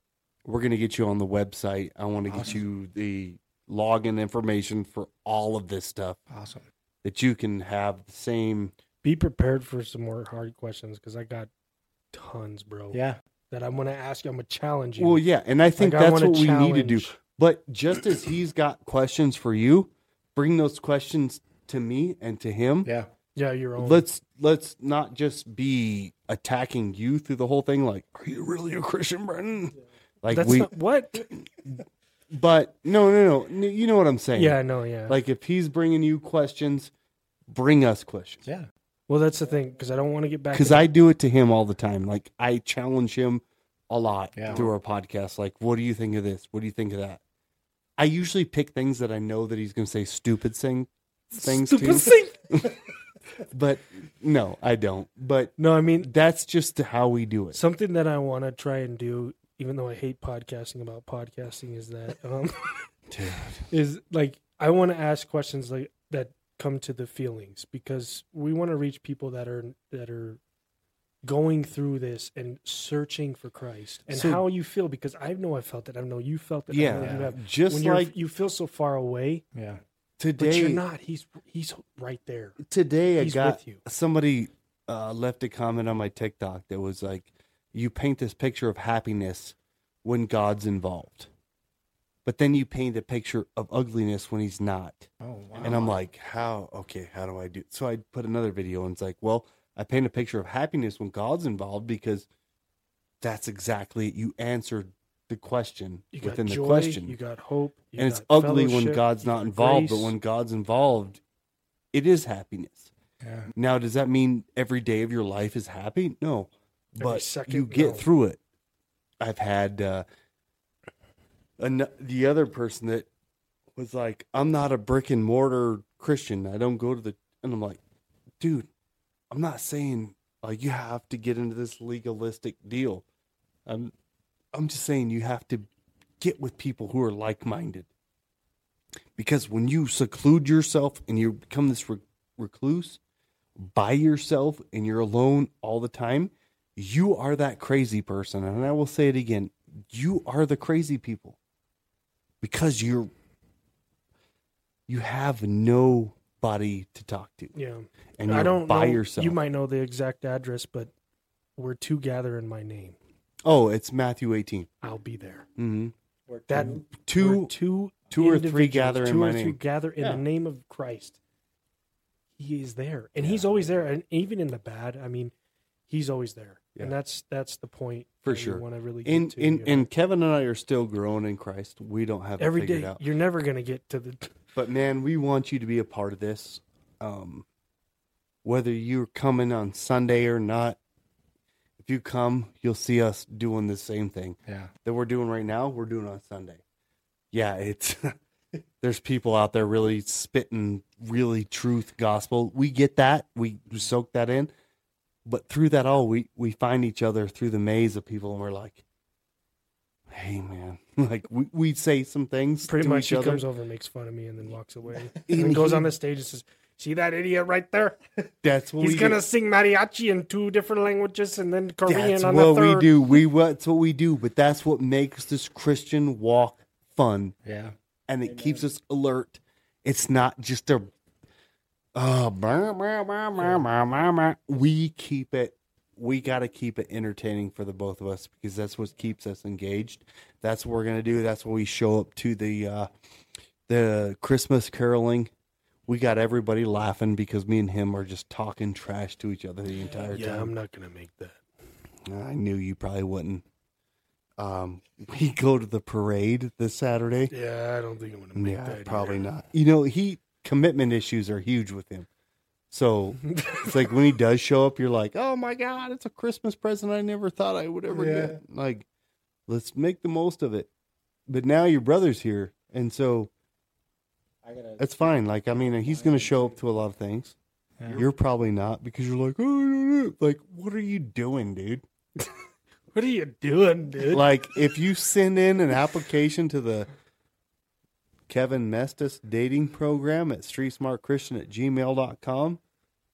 Speaker 1: we're gonna get you on the website. I wanna get you the login information for all of this stuff
Speaker 3: Awesome.
Speaker 1: that you can have the same
Speaker 2: Be prepared for some more hard questions because I got tons, bro.
Speaker 3: Yeah.
Speaker 2: That I'm gonna ask you. I'm gonna challenge you.
Speaker 1: Well, yeah, and I think
Speaker 2: Like, I
Speaker 1: that's
Speaker 2: want a
Speaker 1: what we need to do.
Speaker 2: challenge.
Speaker 1: But just as he's got questions for you, bring those questions to me and to him.
Speaker 3: Yeah.
Speaker 2: yeah, your own.
Speaker 1: Let's let's not just be attacking you through the whole thing. Like, are you really a Christian, Brendan? Like
Speaker 2: That's
Speaker 1: we
Speaker 2: not what.
Speaker 1: But no, no, no. You know what I'm saying?
Speaker 2: Yeah, I know. Yeah.
Speaker 1: Like if he's bringing you questions, bring us questions.
Speaker 3: Yeah.
Speaker 2: well, that's the thing because I don't want to get back.
Speaker 1: Because
Speaker 2: to-
Speaker 1: I do it to him all the time. Like I challenge him a lot
Speaker 3: Yeah.
Speaker 1: through our podcast. Like, what do you think of this? What do you think of that? I usually pick things that I know that he's going to say stupid thing, things
Speaker 2: Stupid
Speaker 1: to.
Speaker 2: thing.
Speaker 1: But no, I don't. But
Speaker 2: No, I mean
Speaker 1: that's just how we do it.
Speaker 2: something that I want to try and do, even though I hate podcasting about podcasting, is that <laughs> um, is like I want to ask questions like that come to the feelings because we want to reach people that are that are going through this and searching for Christ and
Speaker 1: So-
Speaker 2: how you feel because I know I felt it. I know you felt it. I know
Speaker 1: yeah,
Speaker 2: you have.
Speaker 1: just
Speaker 2: when
Speaker 1: like
Speaker 2: you're, you feel so far away,
Speaker 3: Yeah.
Speaker 1: today.
Speaker 2: but you're not. He's he's right there.
Speaker 1: today I
Speaker 2: He's
Speaker 1: got
Speaker 2: with you.
Speaker 1: somebody uh, left a comment on my TikTok that was like, "You paint this picture of happiness when God's involved, but then you paint a picture of ugliness when He's not."
Speaker 3: Oh wow.
Speaker 1: And I'm like, "How? Okay, how do I do?" So I put another video, and it's like, "Well, I paint a picture of happiness when God's involved because that's exactly you answered the question
Speaker 2: You got
Speaker 1: within
Speaker 2: joy,
Speaker 1: the question."
Speaker 2: You got hope. you
Speaker 1: and it's
Speaker 2: got
Speaker 1: ugly when
Speaker 2: fellowship,
Speaker 1: God's
Speaker 2: you
Speaker 1: not
Speaker 2: got
Speaker 1: involved, but
Speaker 2: grace.
Speaker 1: when God's involved, it is happiness.
Speaker 3: yeah.
Speaker 1: Now, does that mean every day of your life is happy? No,
Speaker 2: Every
Speaker 1: but
Speaker 2: second,
Speaker 1: you get
Speaker 2: no.
Speaker 1: through it. I've had uh, an- the other person that was like, "I'm not a brick and mortar Christian. I don't go to the," and I'm like, "Dude, I'm not saying like you have to get into this legalistic deal. I'm, I'm just saying you have to get with people who are like minded." Because when you seclude yourself and you become this re- recluse, by yourself and you're alone all the time, you are that crazy person. And I will say it again you are the crazy people because you're, you have nobody to talk to.
Speaker 2: yeah.
Speaker 1: And you're
Speaker 2: I don't
Speaker 1: by
Speaker 2: know,
Speaker 1: yourself.
Speaker 2: You might know the exact address, but we're to gather in my name.
Speaker 1: oh, it's Matthew 18.
Speaker 2: I'll be there.
Speaker 1: hmm
Speaker 2: That
Speaker 1: Two,
Speaker 2: we're two
Speaker 1: two or three
Speaker 2: individuals,
Speaker 1: gather in
Speaker 2: two
Speaker 1: my
Speaker 2: or three
Speaker 1: name.
Speaker 2: gather in
Speaker 1: Yeah.
Speaker 2: the name of Christ. He is there, and he's always there, and even in the bad. I mean, he's always there,
Speaker 1: Yeah.
Speaker 2: and that's that's the point
Speaker 1: For
Speaker 2: that we
Speaker 1: sure.
Speaker 2: Want to really get
Speaker 1: and,
Speaker 2: to,
Speaker 1: and,
Speaker 2: you know.
Speaker 1: and Kevin and I are still growing in Christ. We don't have it
Speaker 2: every
Speaker 1: figured
Speaker 2: day
Speaker 1: out.
Speaker 2: you're never gonna get
Speaker 1: <laughs>
Speaker 2: to the.
Speaker 1: But man, we want you to be a part of this. Um, whether you're coming on Sunday or not, if you come, you'll see us doing the same thing
Speaker 3: Yeah.
Speaker 1: that we're doing right now. We're doing on Sunday. Yeah, it's <laughs> there's people out there really spitting really truth gospel. We get that. We soak that in. But through that all, we we find each other through the maze of people, and we're like, "Hey, man!" <laughs> Like we we say some things.
Speaker 2: Pretty
Speaker 1: to
Speaker 2: much,
Speaker 1: each
Speaker 2: he
Speaker 1: other.
Speaker 2: comes over, and makes fun of me, and then walks away. and
Speaker 1: <laughs> And
Speaker 2: then goes
Speaker 1: he-
Speaker 2: on the stage and says, "See that idiot right there?
Speaker 1: That's what
Speaker 2: He's
Speaker 1: we
Speaker 2: gonna
Speaker 1: do.
Speaker 2: sing mariachi in two different languages and then Korean
Speaker 1: That's
Speaker 2: on
Speaker 1: what
Speaker 2: the third.
Speaker 1: we do. We that's what we do. But that's what makes this Christian walk fun,
Speaker 3: Yeah.
Speaker 1: and it keeps us alert. It's not just a. Uh, brr, brr, brr, brr, brr, brr, brr. we keep it. We got to keep it entertaining for the both of us because that's what keeps us engaged. That's what we're gonna do. That's what we show up to the uh, the Christmas caroling. We got everybody laughing because me and him are just talking trash to each other the entire
Speaker 2: Yeah,
Speaker 1: time.
Speaker 2: I'm not gonna make that.
Speaker 1: I knew you probably wouldn't. Um, <laughs> we go to the parade this Saturday.
Speaker 2: Yeah, I don't think I'm gonna make
Speaker 1: Yeah,
Speaker 2: that.
Speaker 1: probably
Speaker 2: either.
Speaker 1: not. You know, he commitment issues are huge with him. So it's like when he does show up, you're like, "Oh my god, it's a Christmas present I never thought I would ever
Speaker 3: Yeah.
Speaker 1: get." Like, let's make the most of it. But now your brother's here, and so
Speaker 6: I gotta.
Speaker 1: that's fine. Like, I mean, he's going to show up to a lot of things.
Speaker 3: Yeah.
Speaker 1: You're probably not because you're like, "Oh, no, no." like, what are you doing, dude?"
Speaker 2: What are you doing,
Speaker 1: <laughs>
Speaker 2: dude?
Speaker 1: like if you send in an application to the Kevin Mestis dating program at streetsmartchristian at gmail.com.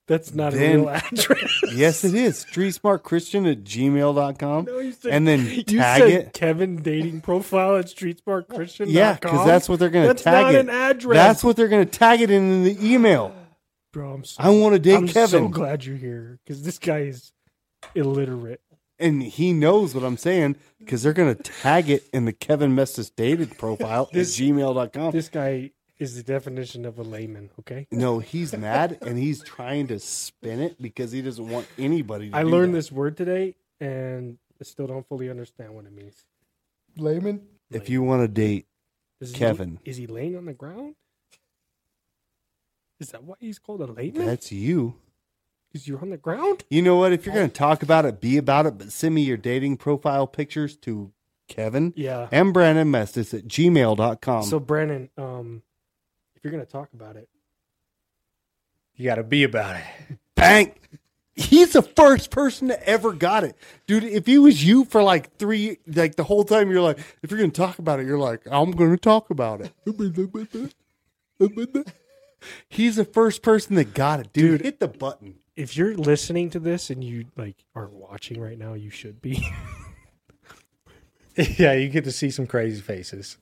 Speaker 2: That's not
Speaker 1: Then-
Speaker 2: a real
Speaker 1: <laughs>
Speaker 2: address. <laughs>
Speaker 1: Yes, it is. Streetsmartchristian at gmail.com.
Speaker 2: No, you said-
Speaker 1: and then
Speaker 2: <laughs> you
Speaker 1: tag
Speaker 2: said
Speaker 1: it.
Speaker 2: Kevin dating profile at streetsmartchristian.
Speaker 1: Yeah, because that's what they're going to
Speaker 2: That's
Speaker 1: tag
Speaker 2: not
Speaker 1: it.
Speaker 2: an address.
Speaker 1: That's what they're going to tag it in, in the email.
Speaker 2: bro. I'm so,
Speaker 1: I want to date
Speaker 2: I'm so
Speaker 1: Kevin.
Speaker 2: glad you're here because this guy is illiterate.
Speaker 1: and he knows what I'm saying because they're going to tag it in the Kevin Mestis dated profile
Speaker 2: This-
Speaker 1: at gmail.com.
Speaker 2: This guy is the definition of a layman. Okay.
Speaker 1: No, he's mad and he's trying to spin it because he doesn't want anybody to
Speaker 2: I
Speaker 1: do
Speaker 2: learned
Speaker 1: that.
Speaker 2: this word today, and I still don't fully understand what it means.
Speaker 3: Layman.
Speaker 1: If you want to date
Speaker 2: Is
Speaker 1: Kevin.
Speaker 2: He, is he laying on the ground? Is that why he's called a layman?
Speaker 1: That's you.
Speaker 2: Because you're on the ground?
Speaker 1: You know what? If you're going to talk about it, be about it, but send me your dating profile pictures to Kevin
Speaker 2: Yeah.
Speaker 1: and Brandon Mestis at gmail.com.
Speaker 2: so
Speaker 1: So,
Speaker 2: Brandon, um, if you're gonna talk about it,
Speaker 3: You got to be about it. <laughs>
Speaker 1: bang! He's the first person that ever got it. Dude, if he was you for like three, like the whole time, you're like, if you're going to talk about it, you're like, I'm going to talk about it. He's the first person that got it, dude. Hit the button.
Speaker 2: if you're listening to this and you like aren't watching right now, you should be. <laughs>
Speaker 3: yeah, you get to see some crazy faces.